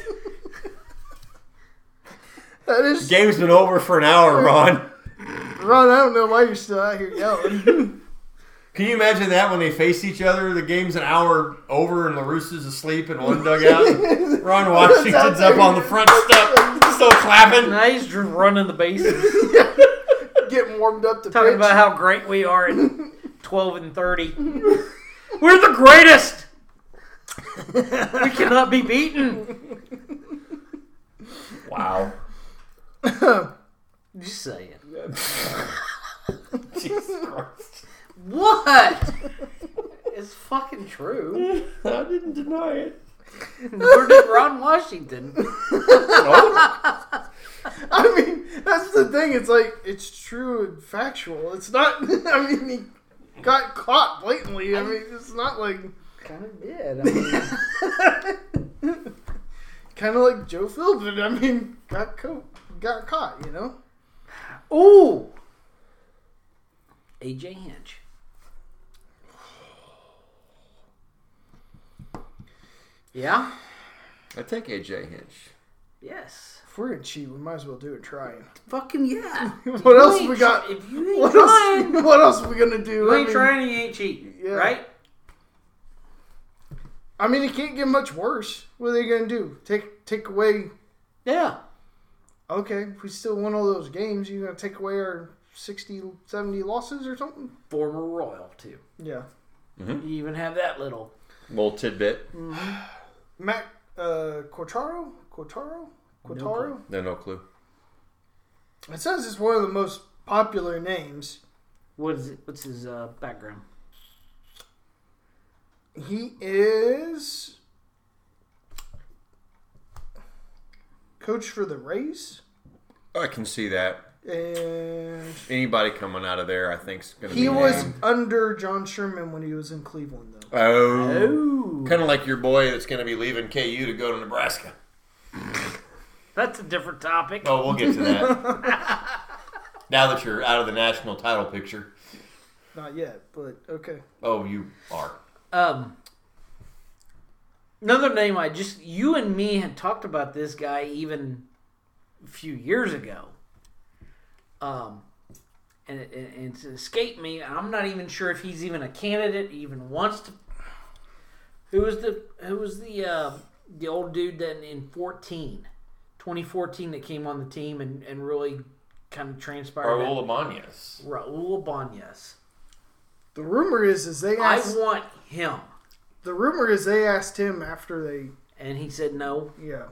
That is Game's been over for an hour, Ron. Ron. I don't know why you're still out here yelling. Can you imagine that when they face each other? The game's an hour over and LaRusso's asleep in one dugout. and Ron Washington's up on the front step, still clapping. Now he's just running the bases, Getting warmed up to talking pitch. about how great we are at 12 and 30. We're the greatest! We cannot be beaten! Wow. Just saying. Jesus Christ. What? It's fucking true. I didn't deny it. Nor did Ron Washington. I mean, that's the thing. It's like it's true and factual. It's not. I mean, he got caught blatantly. I mean, it's not like Kind of did. I mean, kind of like Joe Philbin. I mean, got co- got caught. You know. ooh! AJ Hinch. Yeah? I take AJ Hinch. Yes. If we're gonna cheat, we might as well do it trying. Fucking yeah. What else we got? If you ain't What trying, else? What else are we gonna do? you I ain't mean, trying, you ain't cheating, Yeah. right? I mean, it can't get much worse. What are they gonna do? Take take away? Yeah. Okay, if we still won all those games, you gonna take away our 60, 70 losses or something? Former Royal too. Yeah. You even have that little. Little tidbit. Matt uh, Cortaro, Cortaro, Cortaro. No, no clue. It says it's one of the most popular names. What is it? What's his uh, background? He is coach for the Rays, I can see that. and Anybody coming out of there, I think's gonna be he was named. under John Sherman when he was in Cleveland, though. Oh. Oh, Kind of like your boy that's going to be leaving KU to go to Nebraska. that's a different topic. Oh, we'll get to that. now that you're out of the national title picture. Not yet, but okay. Oh, you are. Um, another name I just you and me had talked about this guy even a few years ago. Um, and it, it, it's escaped me. and I'm not even sure if he's even a candidate. Even wants to. Who was the who was the uh, the old dude that in 14, 2014 that came on the team and and really kind of transpired. Raul Abanez. Raul Abanez. The rumor is is they I asked, want him, the rumor is they asked him after they and he said no. yeah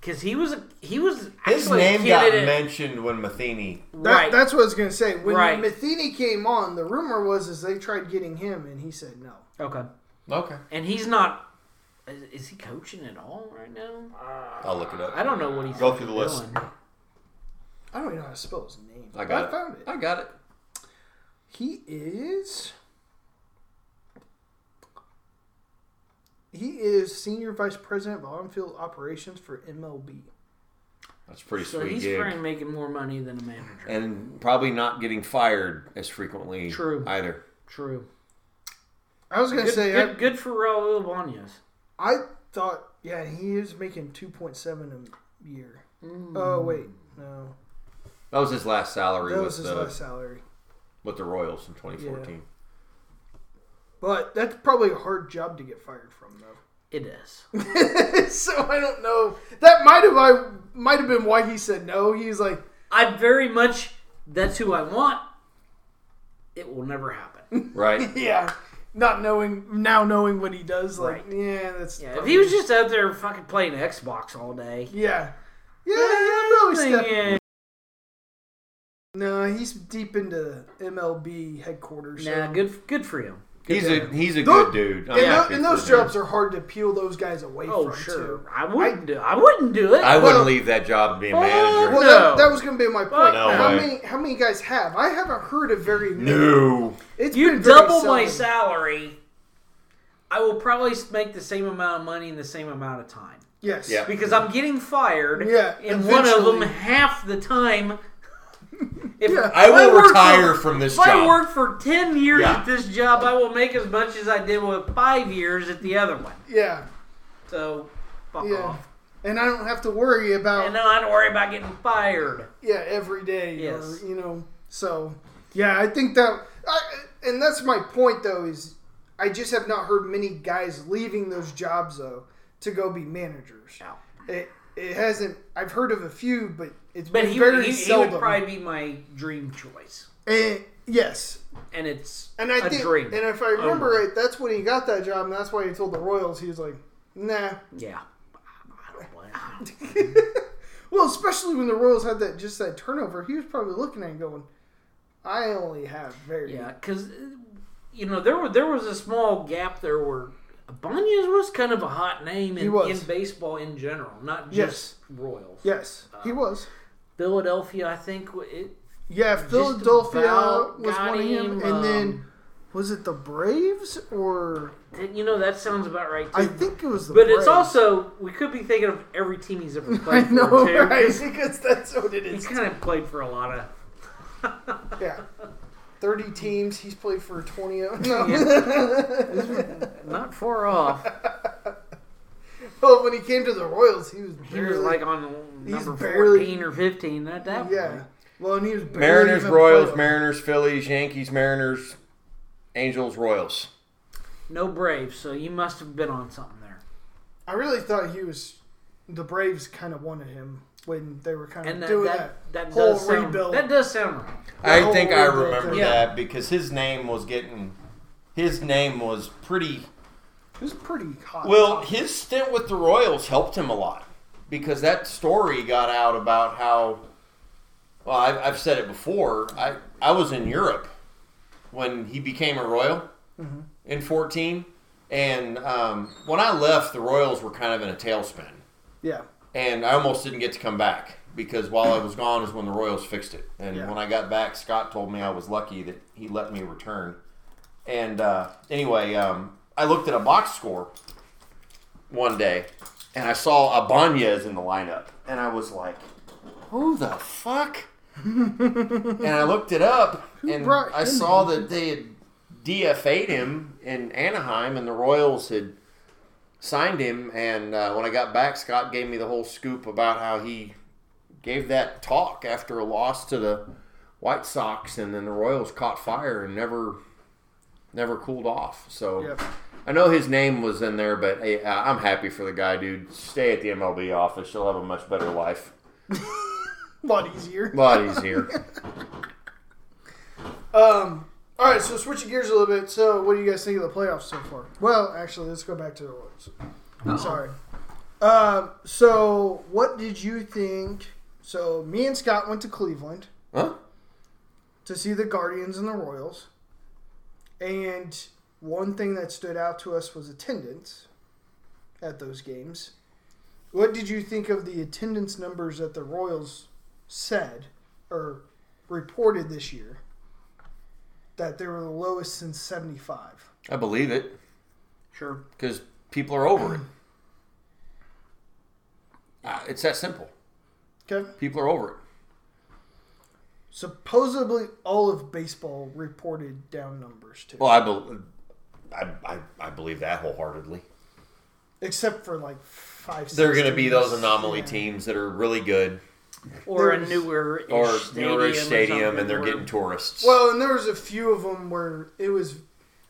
because he was a, he was His actually name a got candidate. mentioned when Matheny. that, right. that's what I was gonna say when Right. Matheny came on the rumor was is they tried getting him and he said no okay, Okay. and he's not. Is, is he coaching at all right now? I'll look it up. I don't know what he's Go through the list. doing. I don't even know how to spell his name I but got I it. found it I got it. He is. He is senior vice president of on-field operations for MLB. That's a pretty So sweet he's gig. probably making more money than a manager. And probably not getting fired as frequently True. either. True. I was gonna Good, say uh, good, good for Raul Ibanez. I, I thought yeah he is making two point seven a year. Oh wait no That was his last salary that with was his the last salary. with the Royals in 2014. But that's probably a hard job to get fired from though. It is. so I don't know. That might have I might have been why he said no. He's like I very much. That's who I want. It will never happen. Right? yeah, not knowing now knowing what he does. Like Right. yeah that's Yeah, if probably- he was just out there fucking playing Xbox all day, yeah. Yeah, yeah, no, he's stepping. Yeah. No, he's deep into MLB headquarters. so- Nah, good, good for him. Good He's for a him. he's a Those- good dude. I'm And, tho- happy and for those him. jobs are hard to peel those guys away Oh from. sure, too. I wouldn't do. I wouldn't do it. I wouldn't Well- leave that job to be a Oh, manager. Well, No. that, that was going to be my point. No how way. many how many guys have? I haven't heard of very many. no. It's you been very double my seldom. salary. I will probably make the same amount of money in the same amount of time Yes. Yeah. because I'm getting fired. Yeah, and one of them eventually. half the time. If Yeah. I if will work retire For, from this if I job. work for ten years Yeah. at this job, I will make as much as I did with five years at the other one. Yeah. So, fuck Yeah. off. And I don't have to worry about Oh. And then I don't worry about getting fired. yeah every day. Yes. Or, you know. So yeah, I think that I, and that's my point though is I just have not heard many guys leaving those jobs though to go be managers. No. It it hasn't. I've heard of a few, but it's But been he, very he, he seldom. would probably be my dream choice, And- yes, and it's and a I think, dream. and if I remember my. right, that's when he got that job, and that's why he told the Royals he was like, "Nah." yeah. I don't want- I don't Well, especially when the Royals had that just that turnover, he was probably looking at it going, "I only have very Yeah, because you know there were there was a small gap there where Abanez was kind of a hot name He in, was. in baseball in general, not Yes. just Royals. yes." He was. Philadelphia, I think w- it. Uh, Yeah, Philadelphia about was got one of him, him, and then um, was it the Braves or that- You know that sounds about right. Too. I think it was the. but Braves. it's also we could be thinking of every team he's ever I played for know, too. right? Because that's what it He is. kind of played for a lot of. Yeah. 30 teams. He's played for 20. of- No. Not far off. well, when he came to the Royals, he was He was barely- like on he's number barely- fourteen or fifteen at that point. yeah. Well, and he was barely Mariners, even Royals, playing. Mariners, Phillies, Yankees, Mariners, Angels, Royals. No Braves, so you must have been on something there. I really thought he was. The Braves kind of wanted him when they were kind of And that doing that, that, that, whole does sound, rebuild. That does sound right. The I whole think I rebuild remember thing. that because his name was getting his name was pretty It was pretty hot. well, his stint with the Royals helped him a lot because that story got out about how well I've, I've said it before. I I was in Europe when he became a Royal in fourteen, and um, when I left, the Royals were kind of in a tailspin, yeah. and I almost didn't get to come back because while I was gone is when the Royals fixed it, and Yeah. when I got back, Scott told me I was lucky that he let me return. And uh, anyway, um, I looked at a box score one day, and I saw Abanez in the lineup, and I was like, "Who the fuck?" and I looked it up, and brought I him saw that they had DFA'd him in Anaheim, and the Royals had signed him. And uh, when I got back, Scott gave me the whole scoop about how he gave that talk after a loss to the White Sox, and then the Royals caught fire and never, never cooled off. So. Yep. I know his name was in there, but hey, I- I'm happy for the guy, dude. Stay at the MLB office; you'll have a much better life. A lot easier. A lot easier. Um. All right, so switching gears a little bit. So, what do you guys think of the playoffs so far? Well, actually, let's go back to the Royals. Sorry. Um. So, what did you think? So, me and Scott went to Cleveland huh? to see the Guardians and the Royals, and one thing that stood out to us was attendance at those games. What did you think of the attendance numbers that the Royals said or reported this year? That they were the lowest since '75. I believe it Sure. because people are over it. Uh, it's that simple. Okay. People are over it. Supposedly, all of baseball reported down numbers too, Well, I, bel I, I, I believe that wholeheartedly. except for like five. There are six going to be those teams. anomaly Yeah. teams that are really good Or a There's- newer or stadium newer or stadium, something and they're where- getting tourists. Well, and there was a few of them where it was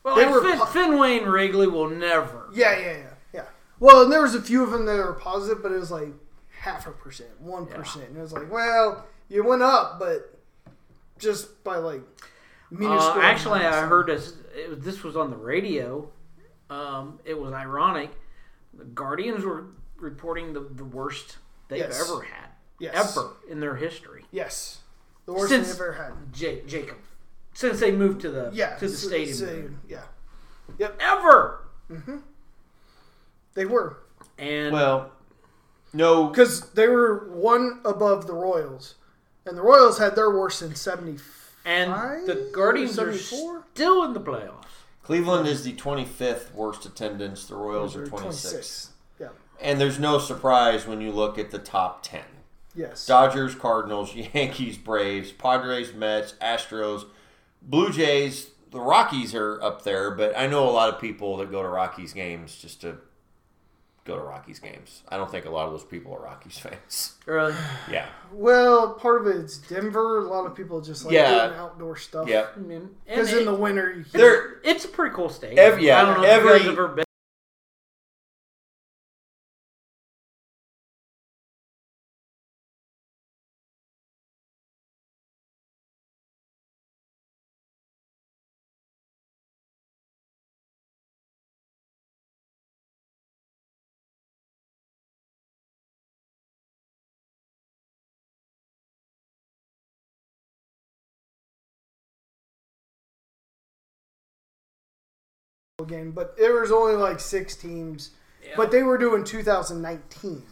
well, they like were Fin- pu- Fenway and Wrigley will never. Yeah, yeah, yeah, yeah. Well, and there was a few of them that were positive, but it was like half a percent, one percent. And it was like, well, you went up, but just by like Uh, minuscule. actually, amounts. I heard this. It was, this was on the radio. Um, it was ironic. The Guardians were reporting the, the worst they've Yes. ever had. Yes. uh, ever in their history. Yes. The worst Since- thing they've ever had. Ja- Jacob, since they moved to the Yeah. to the s- stadium, same, Yeah. ever. They were. And Well, no, Because they were one above the Royals. And the Royals had their worst in 75. and the Guardians are 74? still in the playoffs. Cleveland is the 25th worst attendance. The Royals are 26th. Yeah. And there's no surprise when you look at the top 10. Yes. Dodgers, Cardinals, Yankees, Braves, Padres, Mets, Astros, Blue Jays, the Rockies are up there, but I know a lot of people that go to Rockies games just to go to Rockies games. I don't think a lot of those people are Rockies fans. Really? Yeah. Well, part of it's Denver. A lot of people just like Yeah. doing outdoor stuff. Yeah. I mean, and Because in it- the winter, you can, They're it's a pretty cool stadium. Ev- yeah, I don't know if you guys every- have ever been. game, but there was only like six teams. But they were doing 2019.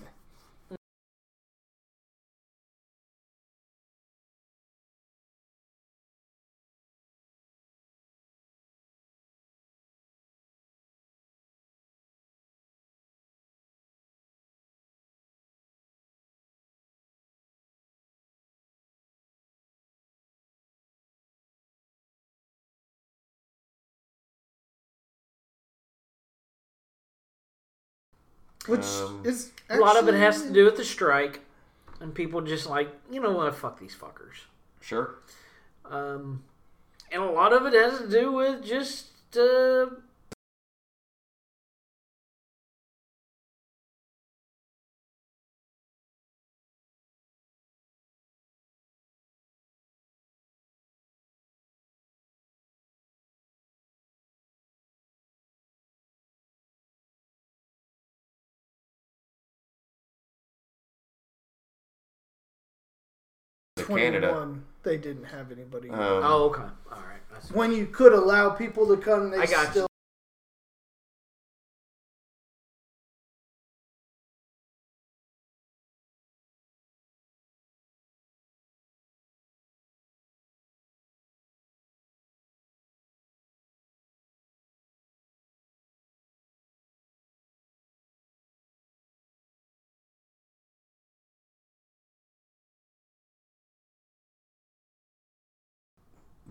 Which Um, is A lot of it actually- has to do with the strike, and people just like you know what, fuck these fuckers. sure. Um, and a lot of it has to do with just uh, The Canada. 21, They didn't have anybody. Um, oh okay, all right. That's, when you could allow people to come, they I got still you.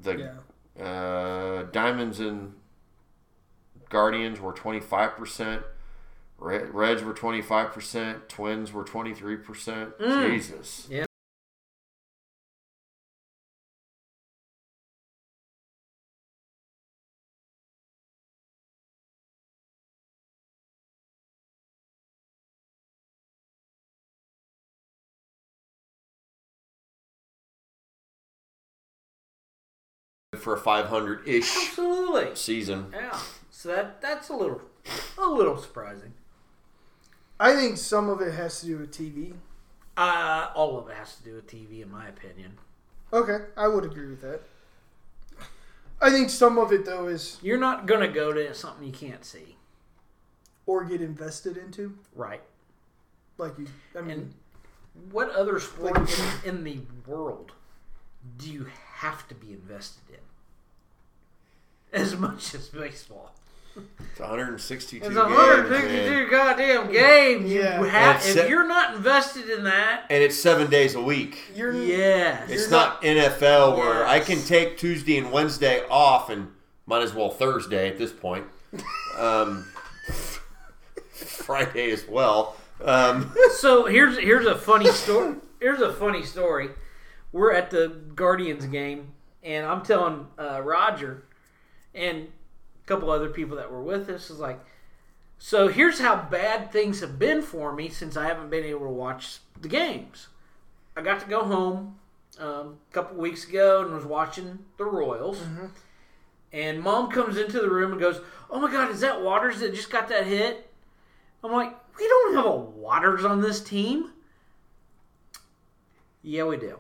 the uh, Diamonds and Guardians were 25%. Re- Reds were 25%. Twins were 23%. Mm. Jesus. Yeah. For a 500 ish absolutely. season. Yeah. So that that's a little a little surprising. I think some of it has to do with TV. Uh, all of it has to do with TV, in my opinion. Okay, I would agree with that. I think some of it though is You're not gonna go to something you can't see, or get invested into, right? like you. I mean, And what other sport in, in the world do you have to be invested in? As much as baseball, It's 162 it's games, 162 man. goddamn games. Yeah. You have, That's if it. you're not invested in that, And it's seven days a week. you're yes, It's not, NFL where I Yes. can take Tuesday and Wednesday off and might as well Thursday at this point. Um, Friday as well. Um, So here's here's a funny story. Here's a funny story. We're at the Guardians game, and I'm telling uh, Roger and a couple other people that were with us is like, so here's how bad things have been for me since I haven't been able to watch the games. I got to go home um, a couple weeks ago and was watching the Royals. And mom comes into the room and goes, "Oh my God, is that Waters that just got that hit?" I'm like, we don't have a Waters on this team. Yeah, we do.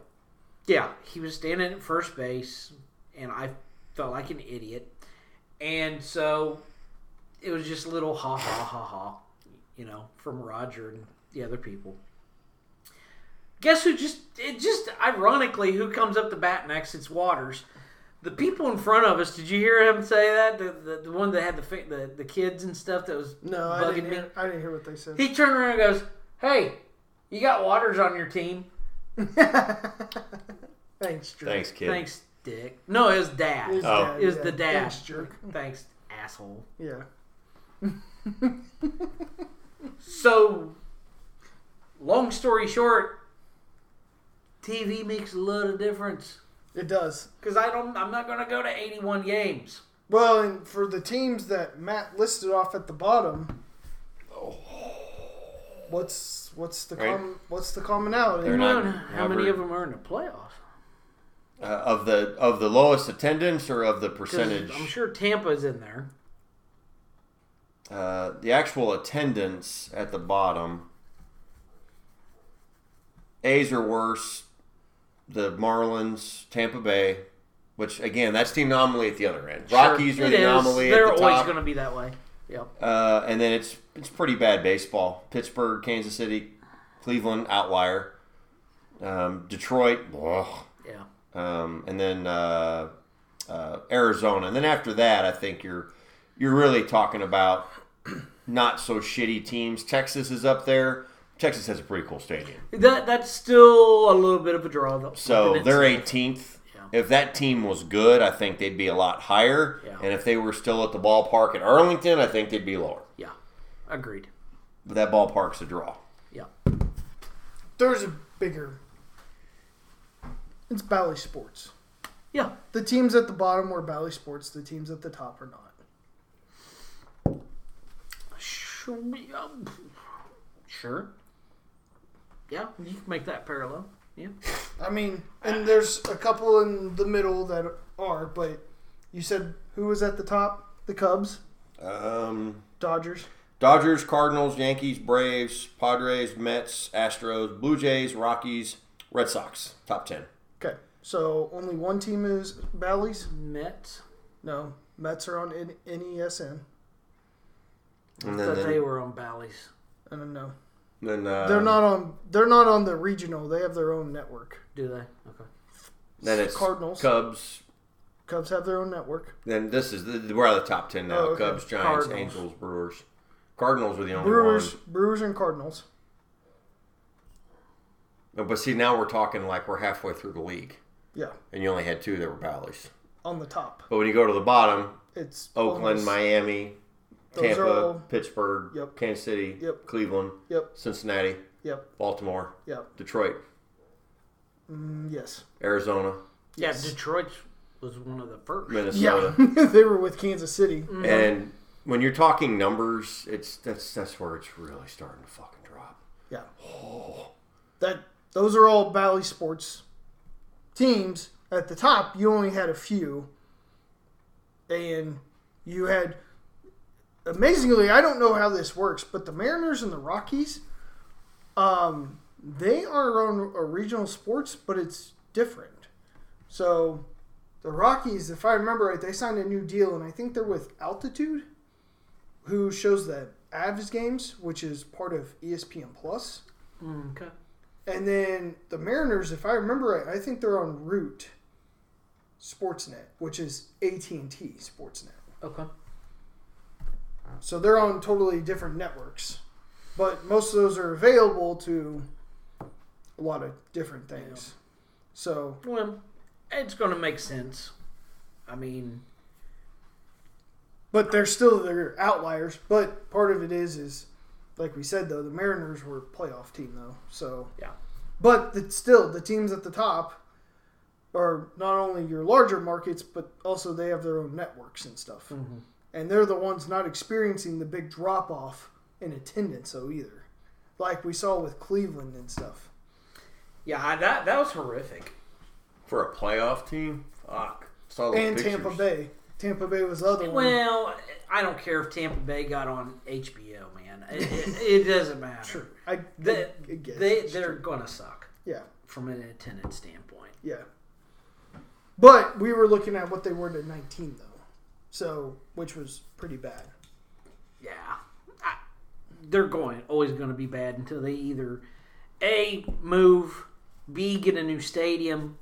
Yeah, he was standing at first base, and I felt like an idiot. And so it was just a little ha ha ha ha, you know, from Roger and the other people. Guess who just, it just ironically, who comes up to bat next? It's Waters. The people in front of us, did you hear him say that? The, the, the one that had the, fa- the the kids and stuff that was No, I bugging didn't, me? hear, I didn't hear what they said. He turned around and goes, Hey, you got Waters on your team. Thanks, jerk. Thanks, kid. Thanks, Dick. No, it was Dad. Is Oh. dad, It was yeah. the dad. Thanks, jerk. Thanks, asshole. Yeah. So, long story short, TV makes a lot of difference It does. because I don't. I'm not going to go to 81 games. Well, and for the teams that Matt listed off at the bottom, what's what's the Oh. Right. com- what's the commonality? They're I not- don't know how many Robert. of them are in the playoffs? Uh, of the of the lowest attendance or of the 'Cause percentage? I'm sure Tampa's in there. Uh, the actual attendance at the bottom. A's are worse. The Marlins, Tampa Bay, which again that's the anomaly at the other end. Rockies Sure, are it the is. anomaly They're at the always top. going to be that way. Yep. Uh, and then it's it's pretty bad baseball. Pittsburgh, Kansas City, Cleveland, outlier. Um, Detroit, ugh. Yeah. um, and then uh, uh, Arizona. And then after that, I think you're you're really talking about not so shitty teams. Texas is up there. Texas has a pretty cool stadium, That that's still a little bit of a draw though. so Within they're itself. 18th. Yeah. If that team was good, I think they'd be a lot higher. Yeah. And if they were still at the ballpark at Arlington, I think they'd be lower. Yeah. Agreed. But that ballpark's a draw. Yeah. There's a bigger. It's Bally Sports. Yeah. The teams at the bottom were Bally Sports. The teams at the top are not. Sure. yeah. um, Sure. Yeah, you can make that parallel. Yeah. I mean, and there's a couple in the middle that are, but you said who was at the top? The Cubs, Um, Dodgers. Dodgers, Cardinals, Yankees, Braves, Padres, Mets, Astros, Blue Jays, Rockies, Red Sox. Top ten. Okay, so only one team is Bally's. Mets. No, Mets are on N- NESN. And Thought then, they then, were on Bally's. I don't know. then uh, They're not on. They're not on the regional. They have their own network. Do they? Okay. Then it's Cardinals. Cubs. Cubs have their own network. Then this is the, we're out of the top ten now. Oh, okay. Cubs, Giants, Cardinals. Angels, Brewers. Cardinals were the only Brewers, one. Brewers and Cardinals. No, But see, now we're talking like we're halfway through the league, Yeah, and you only had two that were Bally's. on the top. But when you go to the bottom, It's Oakland, almost- Miami, Those are Tampa, all- Pittsburgh, Yep. Kansas City, Yep. Cleveland, Yep, Cincinnati, yep, Baltimore, yep. Detroit, Mm, yes. Arizona, Yes. Yeah, Detroit was one of the first. Mm. Minnesota. Yeah, they were with Kansas City. And when you're talking numbers, it's that's that's where it's really starting to fucking drop. Yeah. That those are all Bally Sports teams. At the top, you only had a few, and you had. Amazingly, I don't know how this works, but the Mariners and the Rockies, um, they are on a regional sports, but it's different. So, the Rockies, if I remember right, they signed a new deal, and I think they're with Altitude who shows the Avs games, which is part of E ESPN Plus. Mm, okay. And then the Mariners, if I remember right, I think they're on Root Sportsnet, which is AT and T Sportsnet. Okay. So they're on totally different networks, but most of those are available to a lot of different things. So Well, it's going to make sense. I mean, but they're still they're outliers. But part of it is is like we said though, the Mariners were a playoff team though. So Yeah. but it's still the teams at the top are not only your larger markets, but also they have their own networks and stuff, Mm-hmm. and they're the ones not experiencing the big drop off in attendance though either, like we saw with Cleveland and stuff. yeah, I, that that was horrific. For a playoff team? Fuck. Saw those And Tampa Oh, pictures. Bay, Tampa Bay was the other one. Mm. Well, I don't care if Tampa Bay got on HBO, man. It, it, it doesn't matter. Sure, I, They, I guess they it's they're true. gonna suck. yeah. from an attendance standpoint. Yeah. But we were looking at what they were to 19, though. So, which was pretty bad. Yeah, I, they're going always going to be bad until they either a move, b get a new stadium,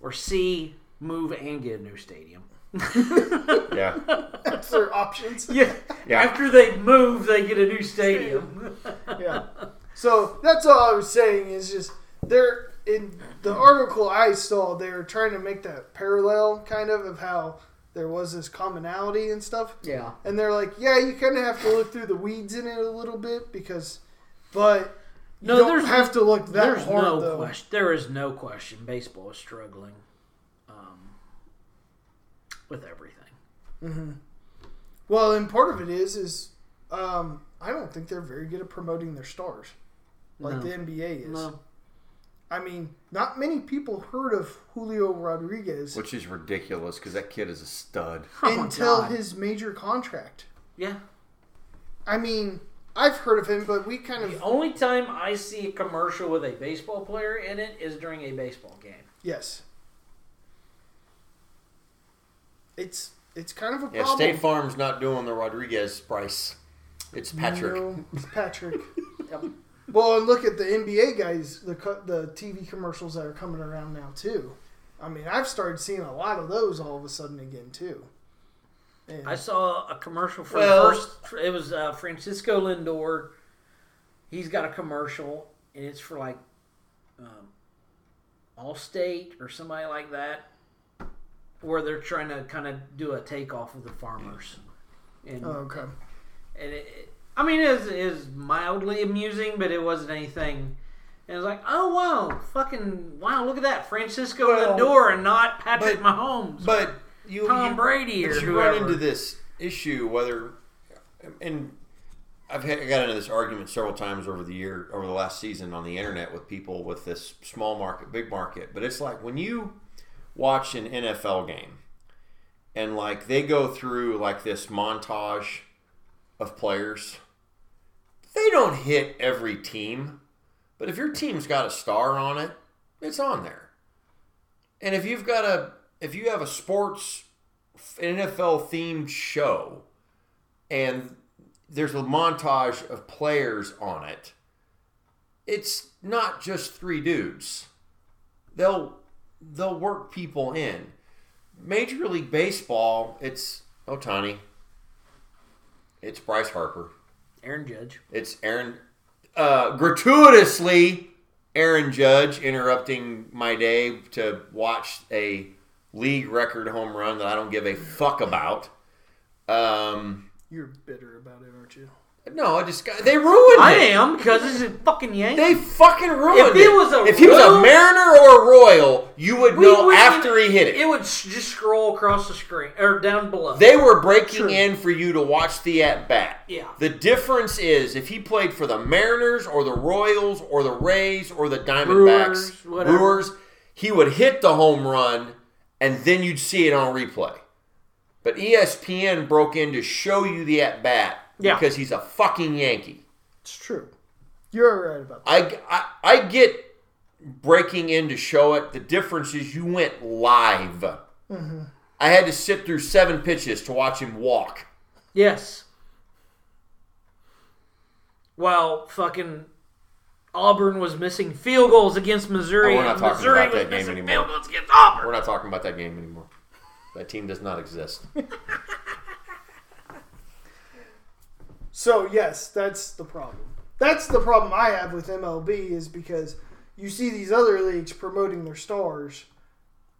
or c move and get a new stadium. Yeah. That's their options. Yeah. Yeah. After they move, they get a new stadium. yeah. So that's all I was saying is just they're in the article I saw. They were trying to make that parallel kind of of how there was this commonality and stuff. yeah. And they're like, yeah, you kind of have to look through the weeds in it a little bit because, but you No, don't there's- have to look that There's hard no though. question. There is no question. Baseball is struggling um, with everything. Mm-hmm. Well, and part of it is is um, I don't think they're very good at promoting their stars like No. the NBA is. No. I mean, not many people heard of Julio Rodriguez Which is ridiculous because that kid is a stud. Oh, my until God. his major contract. yeah. I mean, I've heard of him, but we kind The of only time I see a commercial with a baseball player in it is during a baseball game. yes. It's it's kind of a Yeah, problem. State Farm's not doing the Rodriguez price. It's Patrick. No, it's Patrick. Yep. well, and look at the NBA guys, the co- the TV commercials that are coming around now too. I mean, I've started seeing a lot of those all of a sudden again too. And I saw a commercial for Well- the first. It was uh, Francisco Lindor. He's got a commercial, and it's for like um, Allstate or somebody like that, where they're trying to kind of do a takeoff of the farmers. And, oh, okay. and it, it- I mean, it was, it was mildly amusing, but it wasn't anything. It was like, oh wow, fucking wow, look at that, Francisco Well, Lindor, and not Patrick but- Mahomes, But you, Tom you- Brady, or But you whoever. run into this issue whether, and I've had, I got into this argument several times over the year, over the last season on the internet with people with this small market, big market. But it's like when you watch an NFL game, and like they go through like this montage of players, they don't hit every team, but if your team's got a star on it, it's on there. And if you've got a if you have a sports NFL themed show, and there's a montage of players on it. It's not just three dudes. They'll they'll work people in. Major League Baseball, it's Otani. It's Bryce Harper. Aaron Judge. It's Aaron uh, gratuitously Aaron Judge interrupting my day to watch a league record home run that I don't give a fuck about. Um, You're bitter about it, aren't you? no, I just got, they ruined I it. am because this is fucking Yankee. They fucking ruined If he was a if he was a Royal- Mariner or a Royal, you would We know wouldn't after even- he hit it. It would s- just scroll across the screen or down below. They were breaking True. in for you to watch the at bat. Yeah. The difference is if he played for the Mariners or the Royals or the Rays or the Diamondbacks, Brewers, whatever. Brewers, he would hit the home run and then you'd see it on replay. But E ESPN broke in to show you the at bat Yeah. because he's a fucking Yankee. It's true. You're right about that. I, I, I get breaking in to show it. The difference is you went live. Mm-hmm. I had to sit through seven pitches to watch him walk. yes. Well, fucking Auburn was missing field goals against Missouri. Oh, we're not and talking Missouri about was that game missing anymore. Field goals against Auburn. We're not talking about that game anymore. That team does not exist. So yes, that's the problem. That's the problem I have with MLB is because you see these other leagues promoting their stars,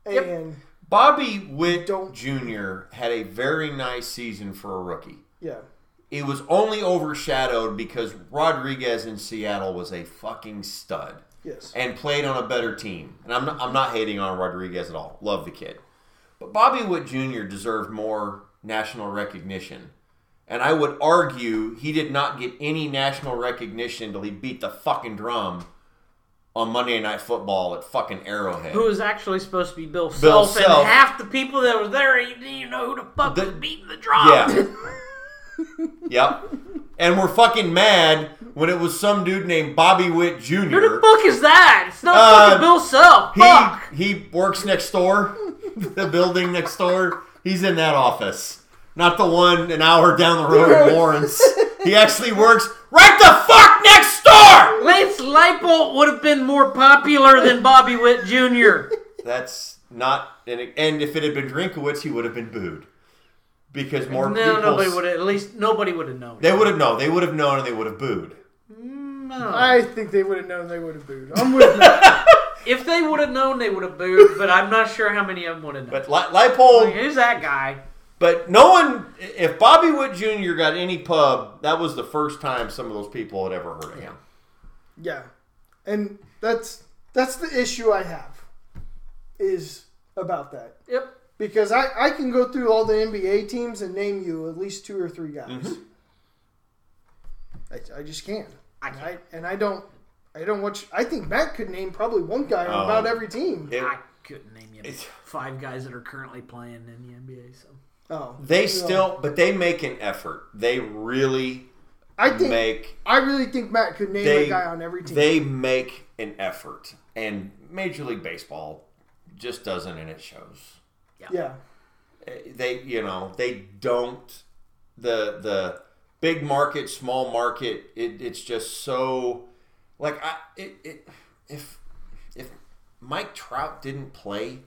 and Bobby Witt Jr. had a very nice season for a rookie. yeah, It was only overshadowed because Rodriguez in Seattle was a fucking stud yes, and played on a better team. And I'm not, I'm not hating on Rodriguez at all. Love the kid. But Bobby Witt Jr. deserved more national recognition. And I would argue he did not get any national recognition until he beat the fucking drum on Monday Night Football at fucking Arrowhead. Who was actually supposed to be Bill Self, Bill and Self. half the people that was there, you didn't even know who the fuck The- was beating the drum. Yeah. Yep. And we're fucking mad when it was some dude named Bobby Witt Who the Jr. fuck is that? It's not Uh, fucking Bill Self. Fuck. He he works next door, the building next door. He's in that office, not the one an hour down the road in Lawrence. He actually works right the fuck next door. Lance Leipold would have been more popular than Bobby Witt Jr. That's not and and if it had been Drinkowitz, he would have been booed because more No, people nobody would have. At least nobody would have known. they would have known they would have known and they would have booed. Mm, I don't know. I think they would have known they would have booed. I'm with you. if they would have known, they would have booed. But I'm not sure how many of them would have known. But Li- Leipold Like, who's that guy? But no one, if Bobby Witt Jr. got any pub, that was the first time some of those people had ever heard of him. Yeah, and that's that's the issue I have is about that Yep. because I I can go through all the NBA teams and name you at least two or three guys. Mm-hmm. I, I just can't. I And can't. I and I don't. I don't watch. I think Matt could name probably one guy on Oh. about every team. It- I couldn't name you It's- five guys that are currently playing in the NBA. So Oh, they still, but they make an effort. They really I think make I really think Matt could name they a guy on every team. they make an effort, and Major League Baseball just doesn't, and it shows. Eh, yeah, They, you know, they don't the the big market, small market. It, it's just so like I it, it if if Mike Trout didn't play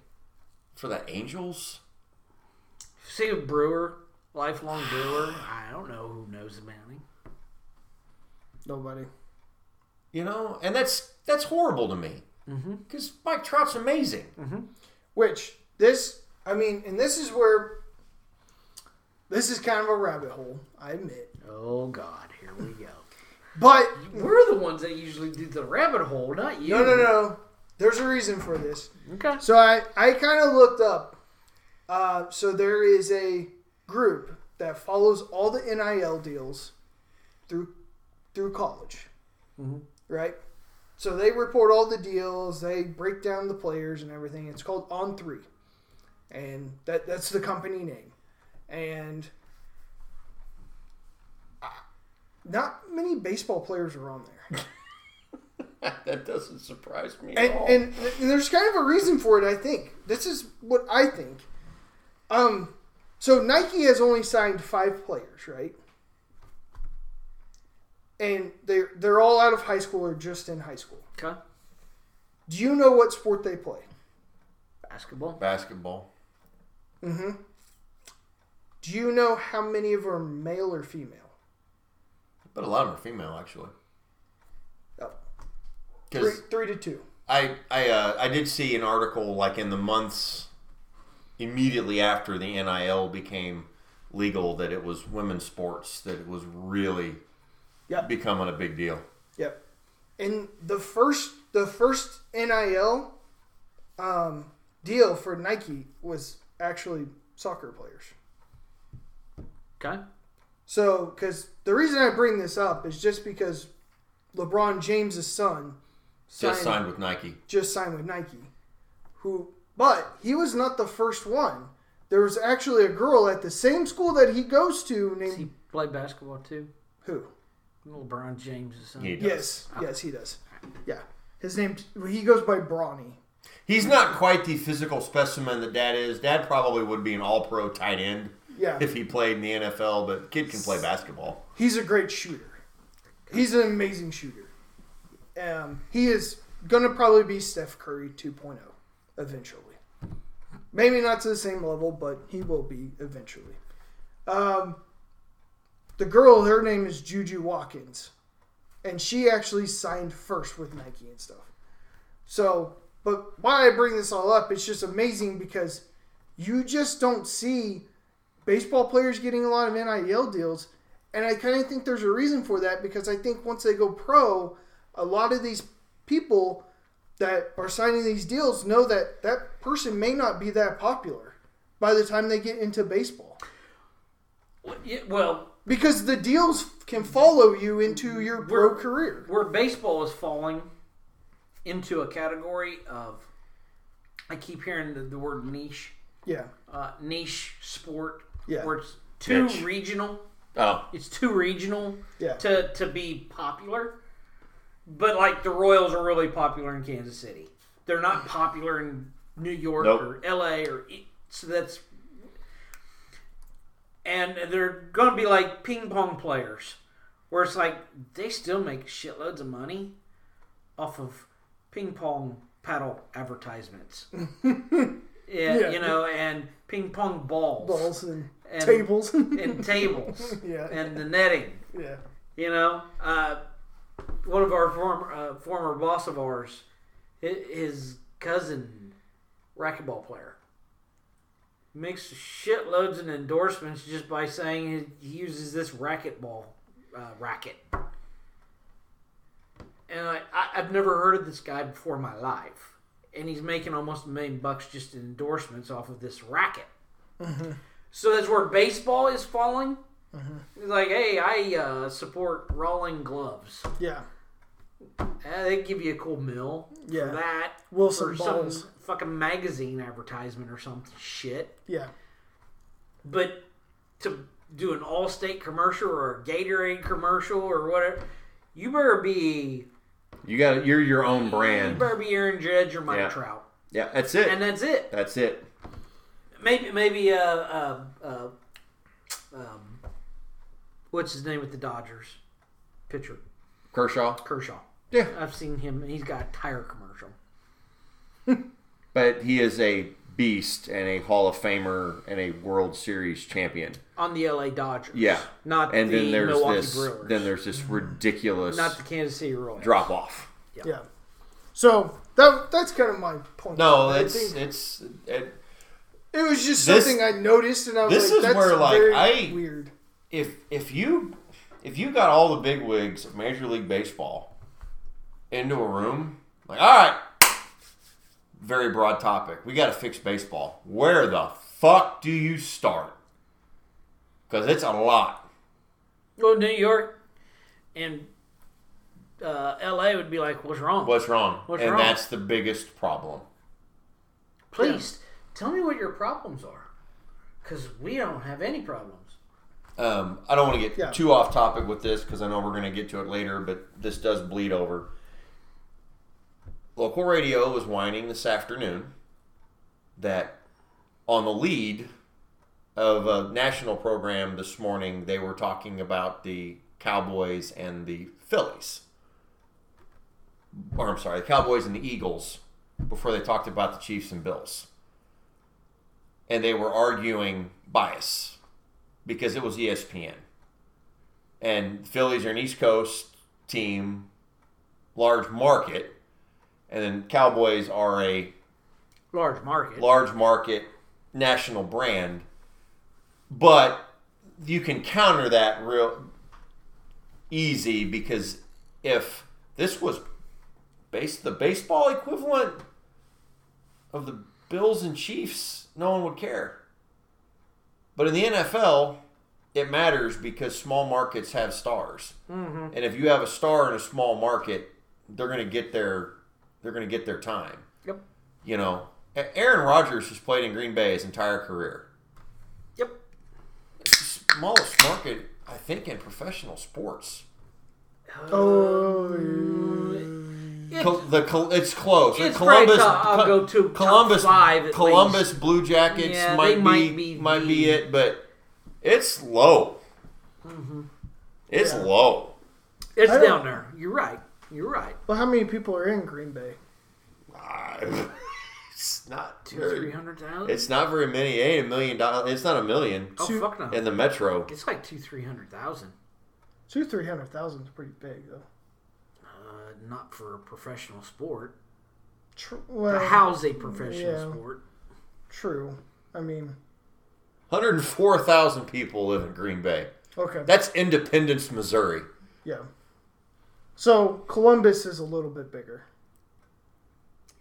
for the Angels, see a Brewer, lifelong Brewer. I don't know who knows about him. nobody. you know, and that's that's horrible to me Mm-hmm. because Mike Trout's amazing. Which this, I mean, and this is where this is kind of a rabbit hole. I admit, Oh God, here we go. but We're the ones that usually do the rabbit hole, not you. no, no, no. There's a reason for this. Okay. So I I kind of looked up. Uh, so there is a group that follows all the NIL deals through through college, right? So they report all the deals, they break down the players and everything. It's called On Three, and that that's the company name. And uh, not many baseball players are on there. that doesn't surprise me at and, all. and th- there's kind of a reason for it. I think this is what I think. Um, so Nike has only signed five players, right? And they are they're all out of high school or just in high school. Okay. Do you know what sport they play? Basketball. Basketball, Do you know how many of them are male or female? but a lot of them are female actually. Oh, three, Because three to two. I I uh, I did see an article like in the months immediately after the NIL became legal that it was women's sports that it was really Yep. becoming a big deal. Yep. And the first the first NIL um, deal for Nike was actually soccer players. Okay. So, because the reason I bring this up is just because LeBron James's son signed, Just signed with Nike. just signed with Nike, who, but he was not the first one. There was actually a girl at the same school that he goes to named He played basketball too. who? LeBron James is son. He does. Yes, yes, he does. Yeah, his name he goes by Brawny. He's not quite the physical specimen that Dad is. Dad probably would be an all-pro tight end Yeah, if he played in the NFL, but kid can play basketball. he's a great shooter. He's an amazing shooter. Um, he is gonna probably be Steph Curry 2.0 eventually. Maybe not to the same level, but he will be eventually. Um, the girl, her name is Juju Watkins, and she actually signed first with Nike and stuff. So, but why I bring this all up, it's just amazing because you just don't see baseball players getting a lot of NIL deals. And I kind of think there's a reason for that because I think once they go pro, a lot of these people that are signing these deals know that that person may not be that popular by the time they get into baseball Well, yeah, Well, because the deals can follow you into your pro We're- career. where baseball is falling into a category of, I keep hearing the, the word niche, Yeah. uh, niche sport, Yeah. where it's too Niche. regional. Oh, It's too regional Yeah. to to be popular. But like the Royals are really popular in Kansas City. They're not popular in New York Nope. or L.A. or e, so that's. And they're gonna be like ping pong players, where it's like they still make shitloads of money off of ping pong paddle advertisements. yeah, Yeah. you know, and ping pong balls, balls and, and, tables. and tables, yeah, and the netting. yeah. You know, uh, one of our former uh, former boss of ours, hi- his cousin, racquetball player, makes shitloads of endorsements just by saying he uses this racquetball uh, racket. And I, I, I've never heard of this guy before in my life, and he's making almost a million bucks just in endorsements off of this racket. So that's where baseball is falling. He's like, hey, I uh, support Rawling gloves. Yeah. Eh, they give you a cool mill Yeah. for that. Wilson or some balls. fucking magazine advertisement or some shit. Yeah. But to do an all state commercial or a Gatorade commercial or whatever, you better be you got you're your own you brand. better be Aaron Judge or Mike Yeah. Trout. Yeah, that's And it. that's it. That's it. Maybe maybe uh, uh, uh um what's his name with the Dodgers? Pitcher. Kershaw. Kershaw. Yeah. I've seen him he's got a tire commercial. But he is a beast and a Hall of Famer and a World Series champion. on the LA Dodgers. Yeah. Not And the then there's Milwaukee this Brewers. then there's this ridiculous not the Kansas City Royals. drop off. Yeah. So that that's kind of my point. No, I it's think it's it, it was just this- something I noticed, and I was this like, is "That's where, like, very I- weird." if if you if you got all the big wigs of Major League Baseball into a room, like all right, very broad topic. We got to fix baseball. Where the fuck do you start? Because it's a lot. Well, New York and uh, LA would be like, what's wrong? What's wrong? What's and wrong? that's the biggest problem. Please tell me what your problems are. Because we don't have any problems. Um, I don't want to get Yeah. too off topic with this because I know we're going to get to it later, but this does bleed over. Local radio was whining this afternoon that on the lead of a national program this morning, they were talking about the Cowboys and the Phillies. Or I'm sorry, the Cowboys and the Eagles before they talked about the Chiefs and Bills. And they were arguing bias because it was E ESPN. And Phillies are an East Coast team, large market, and then Cowboys are a Large market. large market national brand. But you can counter that real easy because if this was base the baseball equivalent of the Bills and Chiefs, no one would care. But in the NFL, it matters because small markets have stars, mm-hmm. and if you have a star in a small market, they're going to get their they're going to get their time Yep. you know, A- Aaron Rodgers has played in Green Bay his entire career. Yep. Smallest market, I think, in professional sports. Oh, It- Col- the Col- it's close. The It's probably Columbus, top- I'll go to top Columbus, five at Columbus Blue Jackets Yeah, might they be might might be, be the- it, but it's low. It's Mm-hmm. Yeah. low. it's I don't- down there. You're right. You're right. well, how many people are in Green Bay? Ah, it's not Three very, hundred thousand. It's not very many. It ain't a million dollars. It's not a million Oh two- fuck no. in the metro. It's like two three hundred thousand. Two three hundred thousand is pretty big, though. Uh, not for a professional sport. Tr- A well, house a professional yeah. sport. true. I mean, Hundred and four thousand people live in Green Bay. okay, That's Independence, Missouri. yeah. So Columbus is a little bit bigger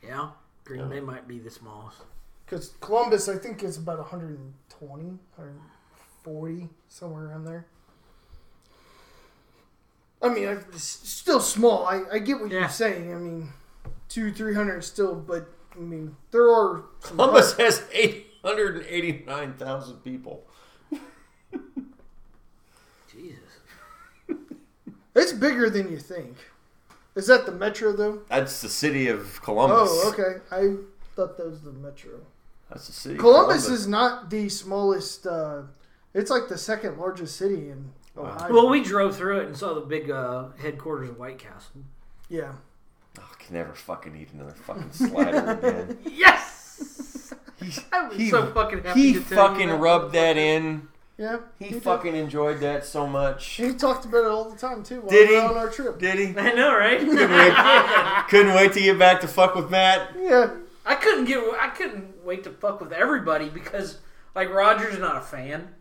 Yeah. Green Bay might be the smallest. because Columbus, I think, is about 120, 140, somewhere around there. I mean, I- it's still small. I, I get what Yeah. you're saying. I mean, two, three hundred still, but I mean, there are some Columbus has 889,000 people. It's bigger than you think. Is that the metro though? That's the city of Columbus. Oh, okay. I thought that was the metro. That's the city. of Columbus is not the smallest. Uh, it's like the second largest city in Ohio. Well, we drove through it and saw the big uh, headquarters of White Castle. yeah. Oh, I can never fucking eat another fucking slider again. Yes. He- I was he- so fucking happy. He to tell you fucking that. rubbed that in. Yeah. He did. fucking enjoyed that so much. He talked about it all the time too while Did we he? were on our trip. Did he? I know, Couldn't right? wait, couldn't wait to get back to fuck with Matt. Yeah. I couldn't get. I couldn't wait to fuck with everybody because, like, Roger's not a fan,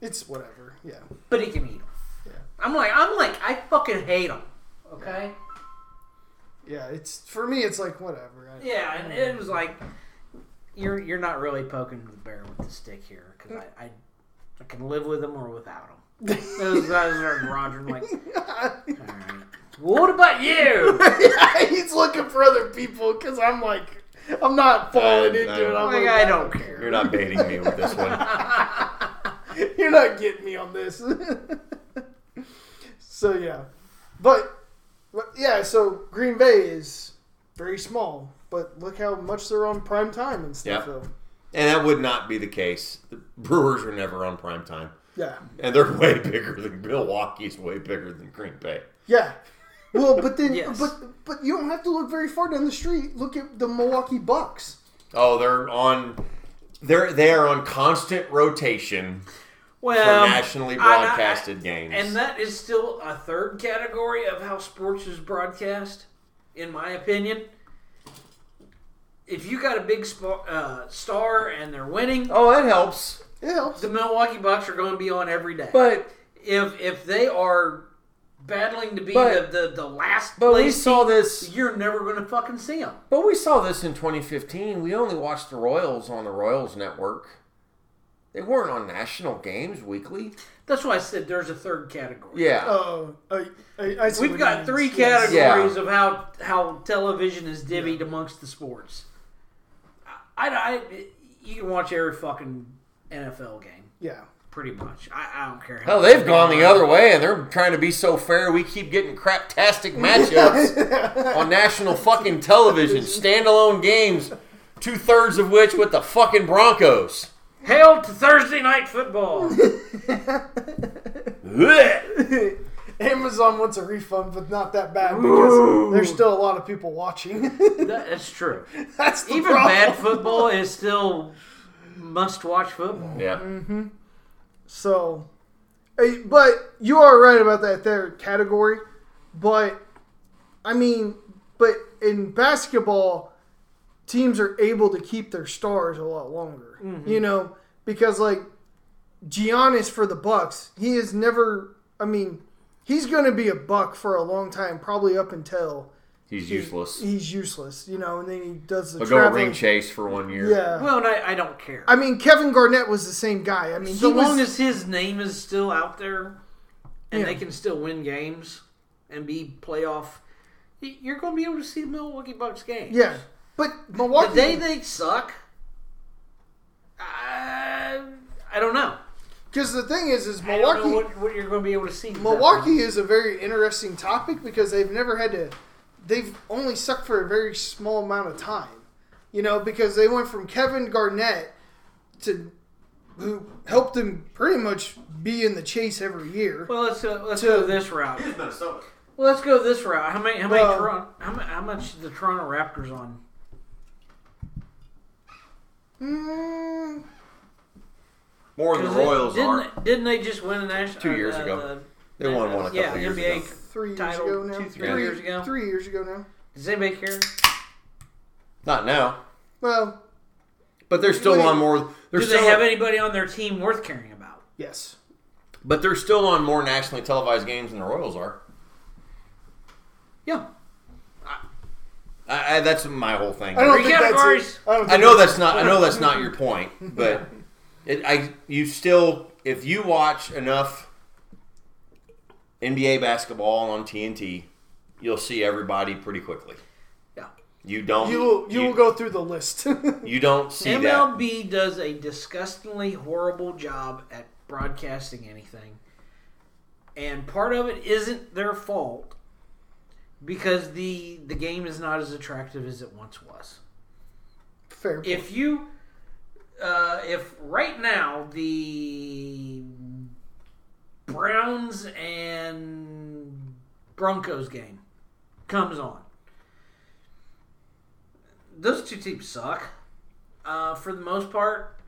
It's whatever. Yeah. but he can eat them. Yeah. I'm like, I'm like, I fucking hate them. Okay. Yeah. It's for me. It's like whatever. I, Yeah, and Um, it was like, you're you're not really poking the bear with the stick here because I, I I can live with them or without them. That was, that was where Roger I'm like. All right. Well, what about you? yeah, he's looking for other people because I'm like, I'm not falling I- into I- it. I'm Like, like, Oh I don't care. You're not baiting me with this one. You're not getting me on this. so yeah, but, but yeah, so Green Bay is very small, but look how much they're on prime time and stuff. Yep. Though. And that would not be the case. The Brewers are never on prime time. Yeah, And they're way bigger than Milwaukee's way bigger than Green Bay. yeah. Well, but then, Yes. but but you don't have to look very far down the street. Look at the Milwaukee Bucks. Oh, they're on they're they are on constant rotation for Well, nationally Um, I- I- broadcasted games. And that is still a third category of how sports is broadcast, in my opinion. If you got a big spa- uh, star and they're winning, oh, that helps. It helps. the Milwaukee Bucks are going to be on every day. But if if they are battling to be But- the, the, the last but we place, saw this you're never going to fucking see them. but we saw this in 2015. We only watched the Royals on the Royals network. They weren't on national games weekly. That's why I said there's a third category. Yeah. Oh, I, I, I see We've what got he three means. Yes. categories of how how television is divvied amongst the sports. I, I, you can watch every fucking NFL game Yeah. pretty much. I, I don't care. How Hell, they've gone the other way, and they're trying to be so fair. We keep getting craptastic matchups on national fucking television, standalone games, two thirds of which with the fucking Broncos. Hail to Thursday night football. Blech. Amazon wants a refund, but not that bad because there's still a lot of people watching. That- that's true. That's the Even problem. bad football is still must-watch football. Mm. Yeah, So, eh, but you are right about that there category. But I mean, but in basketball, teams are able to keep their stars a lot longer. You know, because like Giannis for the Bucks, he is never. I mean, he's going to be a buck for a long time, probably up until he's he- useless. he's useless, you know, and then he does the They'll go traveling. ring chase for one year. Yeah. Well, and I, I don't care. I mean, Kevin Garnett was the same guy. I mean, so he was, long as his name is still out there and Yeah. they can still win games and be playoff, y- you're going to be able to see the Milwaukee Bucks games. yeah, but Milwaukee. The day they suck, I, I don't know. Because the thing is, is I don't know Milwaukee. what, what you're going to be able to see. from that Milwaukee is a very interesting topic because they've never had to. They've only sucked for a very small amount of time, you know, because they went from Kevin Garnett to who helped them pretty much be in the chase every year. one. Well, let's, uh, let's To- go this route. Minnesota. Well, let's go this route. How many? How many? Well- Toron- how, mu- how much is the Toronto Raptors on? Mm, More than the Royals didn't, are. Didn't they just win uh, a national? Two years ago. They won one a couple yeah, years NBA. ago. three years Title ago now. two, three years ago. Three years ago now. Does anybody care? Not now, Well, but they're still on more. They're Do still, they have anybody on their team worth caring about? yes. But they're still on more nationally televised games than the Royals are. Yeah. I, I, that's my whole thing. I don't Three think that's categories. it. I, don't I think know that's not. I know that's not your point, but it, I you still if you watch enough NBA basketball on TNT, you'll see everybody pretty quickly. Yeah. You don't. You will, you will go through the list. You don't see that. MLB does a disgustingly horrible job at broadcasting anything. and part of it isn't their fault because the the game is not as attractive as it once was. Fair. point. If you uh, if right now the Browns and Broncos game comes on, those two teams suck uh, for the most part.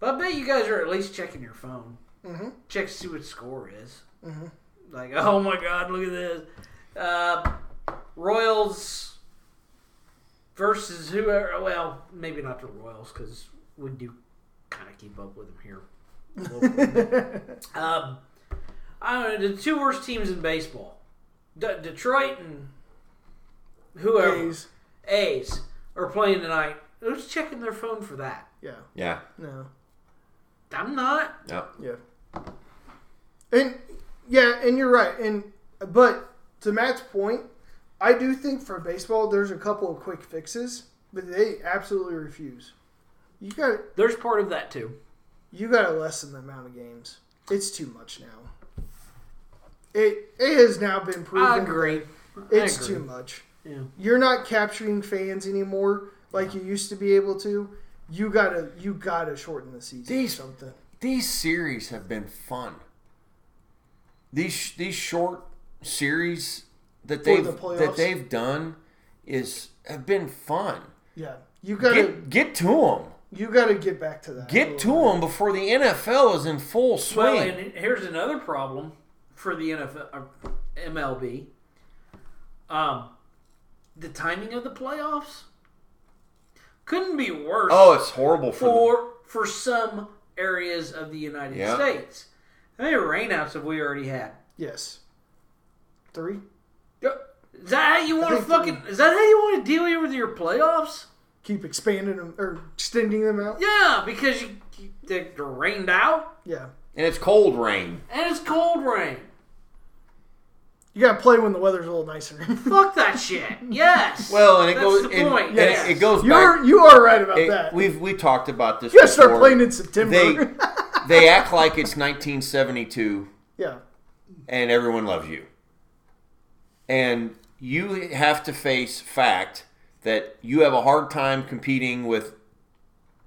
But I bet you guys are at least checking your phone, Mhm. check to see what score is. Mhm. Like, oh my god, look at this! Uh, Royals versus whoever. Well, maybe not the Royals because we do kind of keep up with them here. locally. um, I don't know the two worst teams in baseball: De- Detroit and whoever A's. A's are playing tonight. Who's checking their phone for that? Yeah. Yeah. No. I'm not. Yep. Yeah. And yeah, and you're right. And but to Matt's point, I do think for baseball there's a couple of quick fixes, but they absolutely refuse. You got There's part of that too. you got to lessen the amount of games. It's too much now. It it has now been proven. I agree. It's I agree. too much. Yeah. You're not capturing fans anymore like you used to be able to. You gotta you gotta shorten the season These- or something. These series have been fun. These these short series that For they've the that playoffs? they've done is have been fun. Yeah, you gotta Get get to them. you gotta get back to that. Get to them before the NFL is in full swing. Well, and here's another problem for the NFL, uh, MLB. Um, the timing of the playoffs couldn't be worse oh, it's horrible for, the- for for some areas of the United Yeah. States. How many rainouts have we already had? Yes. Three. Is that how you want to think fucking? Is that how you want to deal here with your playoffs? Keep expanding them or extending them out. Yeah, because you, you they're rained out Yeah. and it's cold rain. and it's cold rain. You gotta play when the weather's a little nicer. Fuck that shit. Yes. Well, and it That's goes The and- point. and yes. it, goes back. You're you are right about it- that. we've we talked about this. you gotta start before. playing in September. They- They act like it's 1972 yeah. and everyone loves you. And you have to face fact that you have a hard time competing with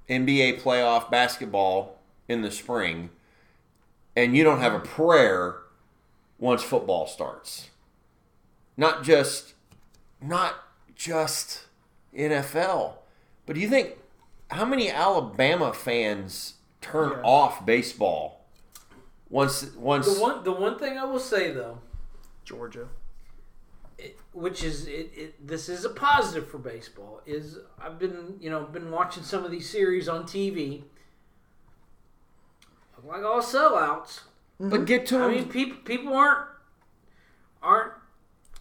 NBA playoff basketball in the spring, and you don't have a prayer once football starts. Not just, not just NFL, but do you think how many Alabama fans turn Yeah. off baseball once once The one, the one thing I will say though, Georgia. it, which is it, it, this is a positive for baseball, is I've been you know been watching some of these series on TV. Like all sellouts, But get to I them. Um, mean people people aren't aren't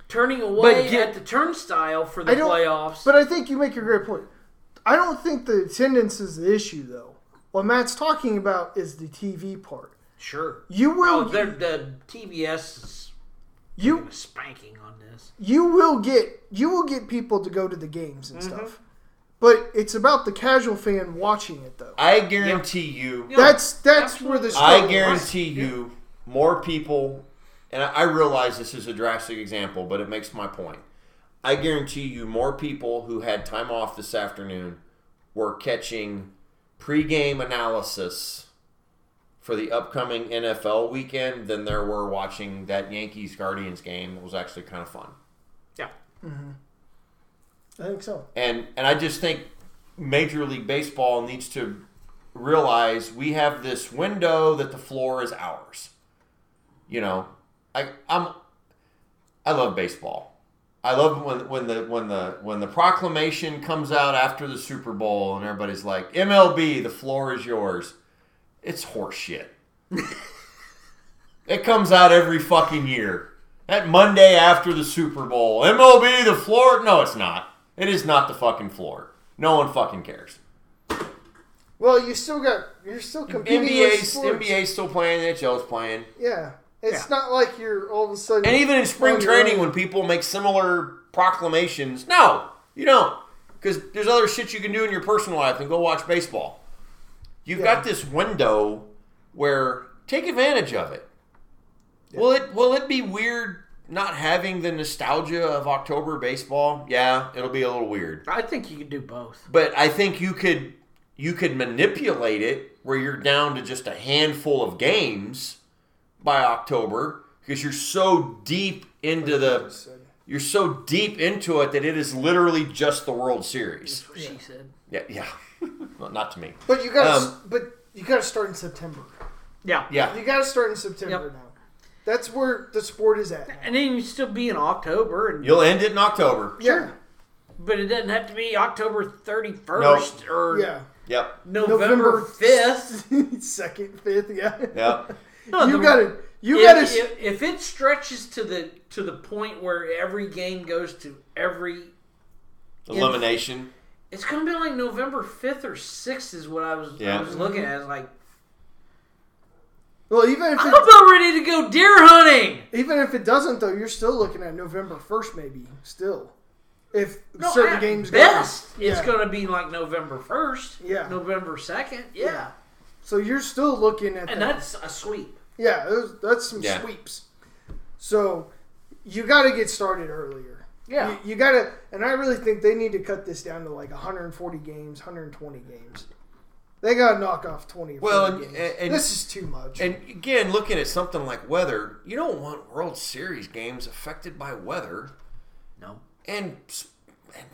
turning away get- at the turnstile for the I don't- playoffs. But I think you make a great point. I don't think the attendance is the issue though. What Matt's talking about is the TV part. sure, You oh, will they're- the TBS is you doing a spanking on this. you will get you will get people to go to the games and Mm-hmm. stuff. But it's about the casual fan watching it though. I guarantee you. Yeah. That's that's where the I struggle is. guarantee you more people. And I I realize this is a drastic example, but it makes my point. I guarantee you more people who had time off this afternoon were catching pregame analysis for the upcoming NFL weekend than there were watching that Yankees Guardians game. that was actually kind of fun. Yeah. I think so. and and I just think Major League Baseball needs to realize we have this window that the floor is ours. You know, I I'm I love baseball. I love when when the when the when the proclamation comes out after the Super Bowl and everybody's like MLB, the floor is yours. It's horseshit. it comes out every fucking year. That Monday after the Super Bowl, MLB, the floor. No, it's not. It is not the fucking floor. No one fucking cares. Well, you still got you're still competing with NBA's sports. NBA's still playing. NHL's playing. Yeah, it's not like you're all of a sudden. And even in spring on your own. training, when people make similar proclamations, no, you don't, because there's other shit you can do in your personal life than go watch baseball. You've Yeah. got this window where take advantage of it. Will it will it be weird not having the nostalgia of October baseball? Yeah, it'll be a little weird. I think you could do both. But I think you could you could manipulate it where you're down to just a handful of games by October because you're so deep into the you're so deep into it that it is literally just the World Series. That's what she said. Yeah, yeah. Well, not to me. But you gotta, Um, but you gotta start in September. Yeah. Yeah. You gotta start in September Yep. now. That's where the sport is at. now. And then you still be in October, and You'll end it in October. Yeah, but it doesn't have to be October 31st or yeah. Yep. November, November 5th. Second, fifth, yeah. Yep. No, You the- gotta, you if, gotta. s- if, if it stretches to the to the point where every game goes to every Elimination. it's gonna be like November fifth or sixth is what I was Yeah. I was looking at. It's Like Well, even if I'm it, about ready to go deer hunting. even if it doesn't, though, you're still looking at November first, maybe still. If No, certain at games go, best it's Yeah. gonna be like November first. Yeah. November second. Yeah. Yeah. so you're still looking at and that. that's a sweep. Yeah, those, that's some Yeah. sweeps. So you got to get started earlier. Yeah. You, you got to, and I really think they need to cut this down to like 140 games, 120 games. They got to knock off 20 or Well, 40 and- games. and- this is too much. And again, looking at something like weather, you don't want World Series games affected by weather. No. And, s- and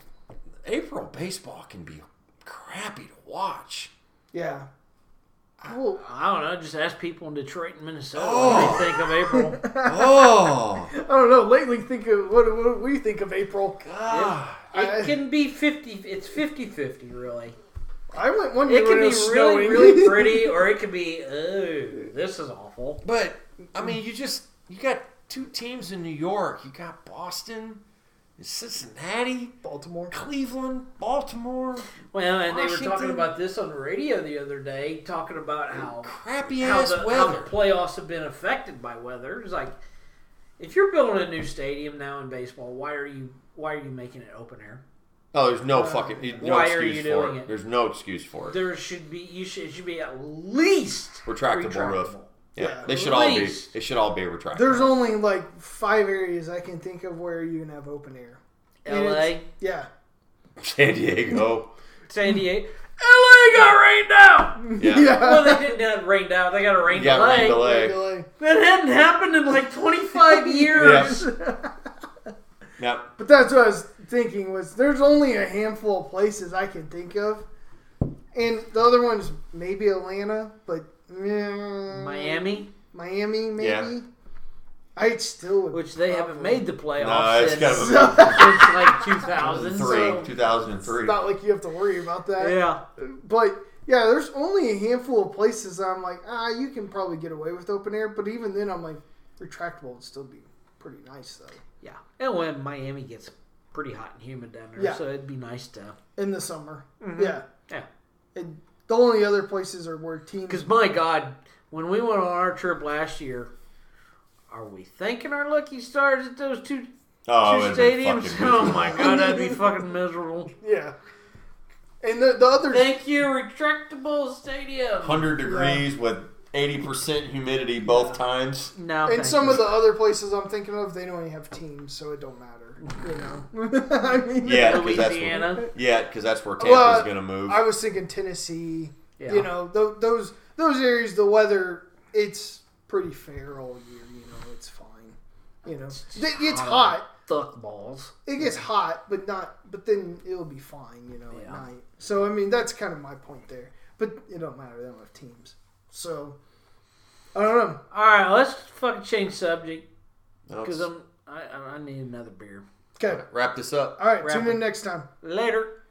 April baseball can be crappy to watch. yeah. Well, I don't know. Just ask people in Detroit and Minnesota Oh. what they think of April. Oh, I don't know. Lately, think of what, what do you think of April? God. I- It can be 50. It's 50-50, really. I went one year It when it can be really, was snowing. really pretty, or it could be, oh, this is awful. But I mean, you just you got two teams in New York. You got Boston, and Cincinnati, Baltimore. Cleveland, Baltimore. Well, and they were Washington. talking about this on the radio the other day, talking about how Crappy how ass the, how the weather. playoffs have been affected by weather. It's like if you're building a new stadium now in baseball, why are you why are you making it open air? oh, there's no fucking no Uh, Why are excuse you for doing it. it? There's no excuse for it. There should be you should it should be at least Retractable, roof. retractable. Yeah, Yeah, they should all be. please. They should all be retracted. There's only like five areas I can think of where you can have open air. And L.A., it's- Yeah. San Diego. San Diego, L.A. got rained out. Yeah. well, they didn't have rained out. They got a rain Yeah, rain delay. delay. L.A. That hadn't happened in like 25 years. Yeah. But that's what I was thinking was there's only a handful of places I can think of, and the other ones maybe Atlanta, but mm, Miami, Miami maybe. Yeah. I still would. which they haven't made the playoffs No, it's since, kind of So, since like 2000. Three, So- two thousand and it's three. not like you have to worry about that. Yeah. But yeah, there's only a handful of places I'm like ah you can probably get away with open air, but even then I'm like retractable would still be pretty nice though Yeah. And when Miami gets pretty hot and humid down there, Yeah. so it'd be nice to. in the summer. Yeah. Yeah. And the only other places are where teams. Because my God, when we went on our trip last year, are we thanking our lucky stars at those two, two Oh, it would've been stadiums? fucking Oh miserable. my God, that'd be fucking miserable. Yeah. And the, the other Thank you, retractable stadium. 100 degrees with 80% humidity both times. No. And thank some you. of the other places I'm thinking of, they don't even have teams, so it don't matter. You know, I mean, Yeah, because that's where, Louisiana. yeah, 'cause that's where Tampa's Well, going to move. I was thinking Tennessee. Yeah. You know, tho- those those areas, the weather, it's pretty fair all year. You know, it's fine. You know, it gets hot. Thuck balls. It gets hot, but not. But then it'll be fine. You know, at Yeah. night. So I mean, that's kind of my point there. But it don't matter. They don't have teams. So I don't know. All right, let's fucking change subject Now because let's I'm I, I I need another beer. Okay. wrap this up. All right. Wrap Tune it. in next time. Later.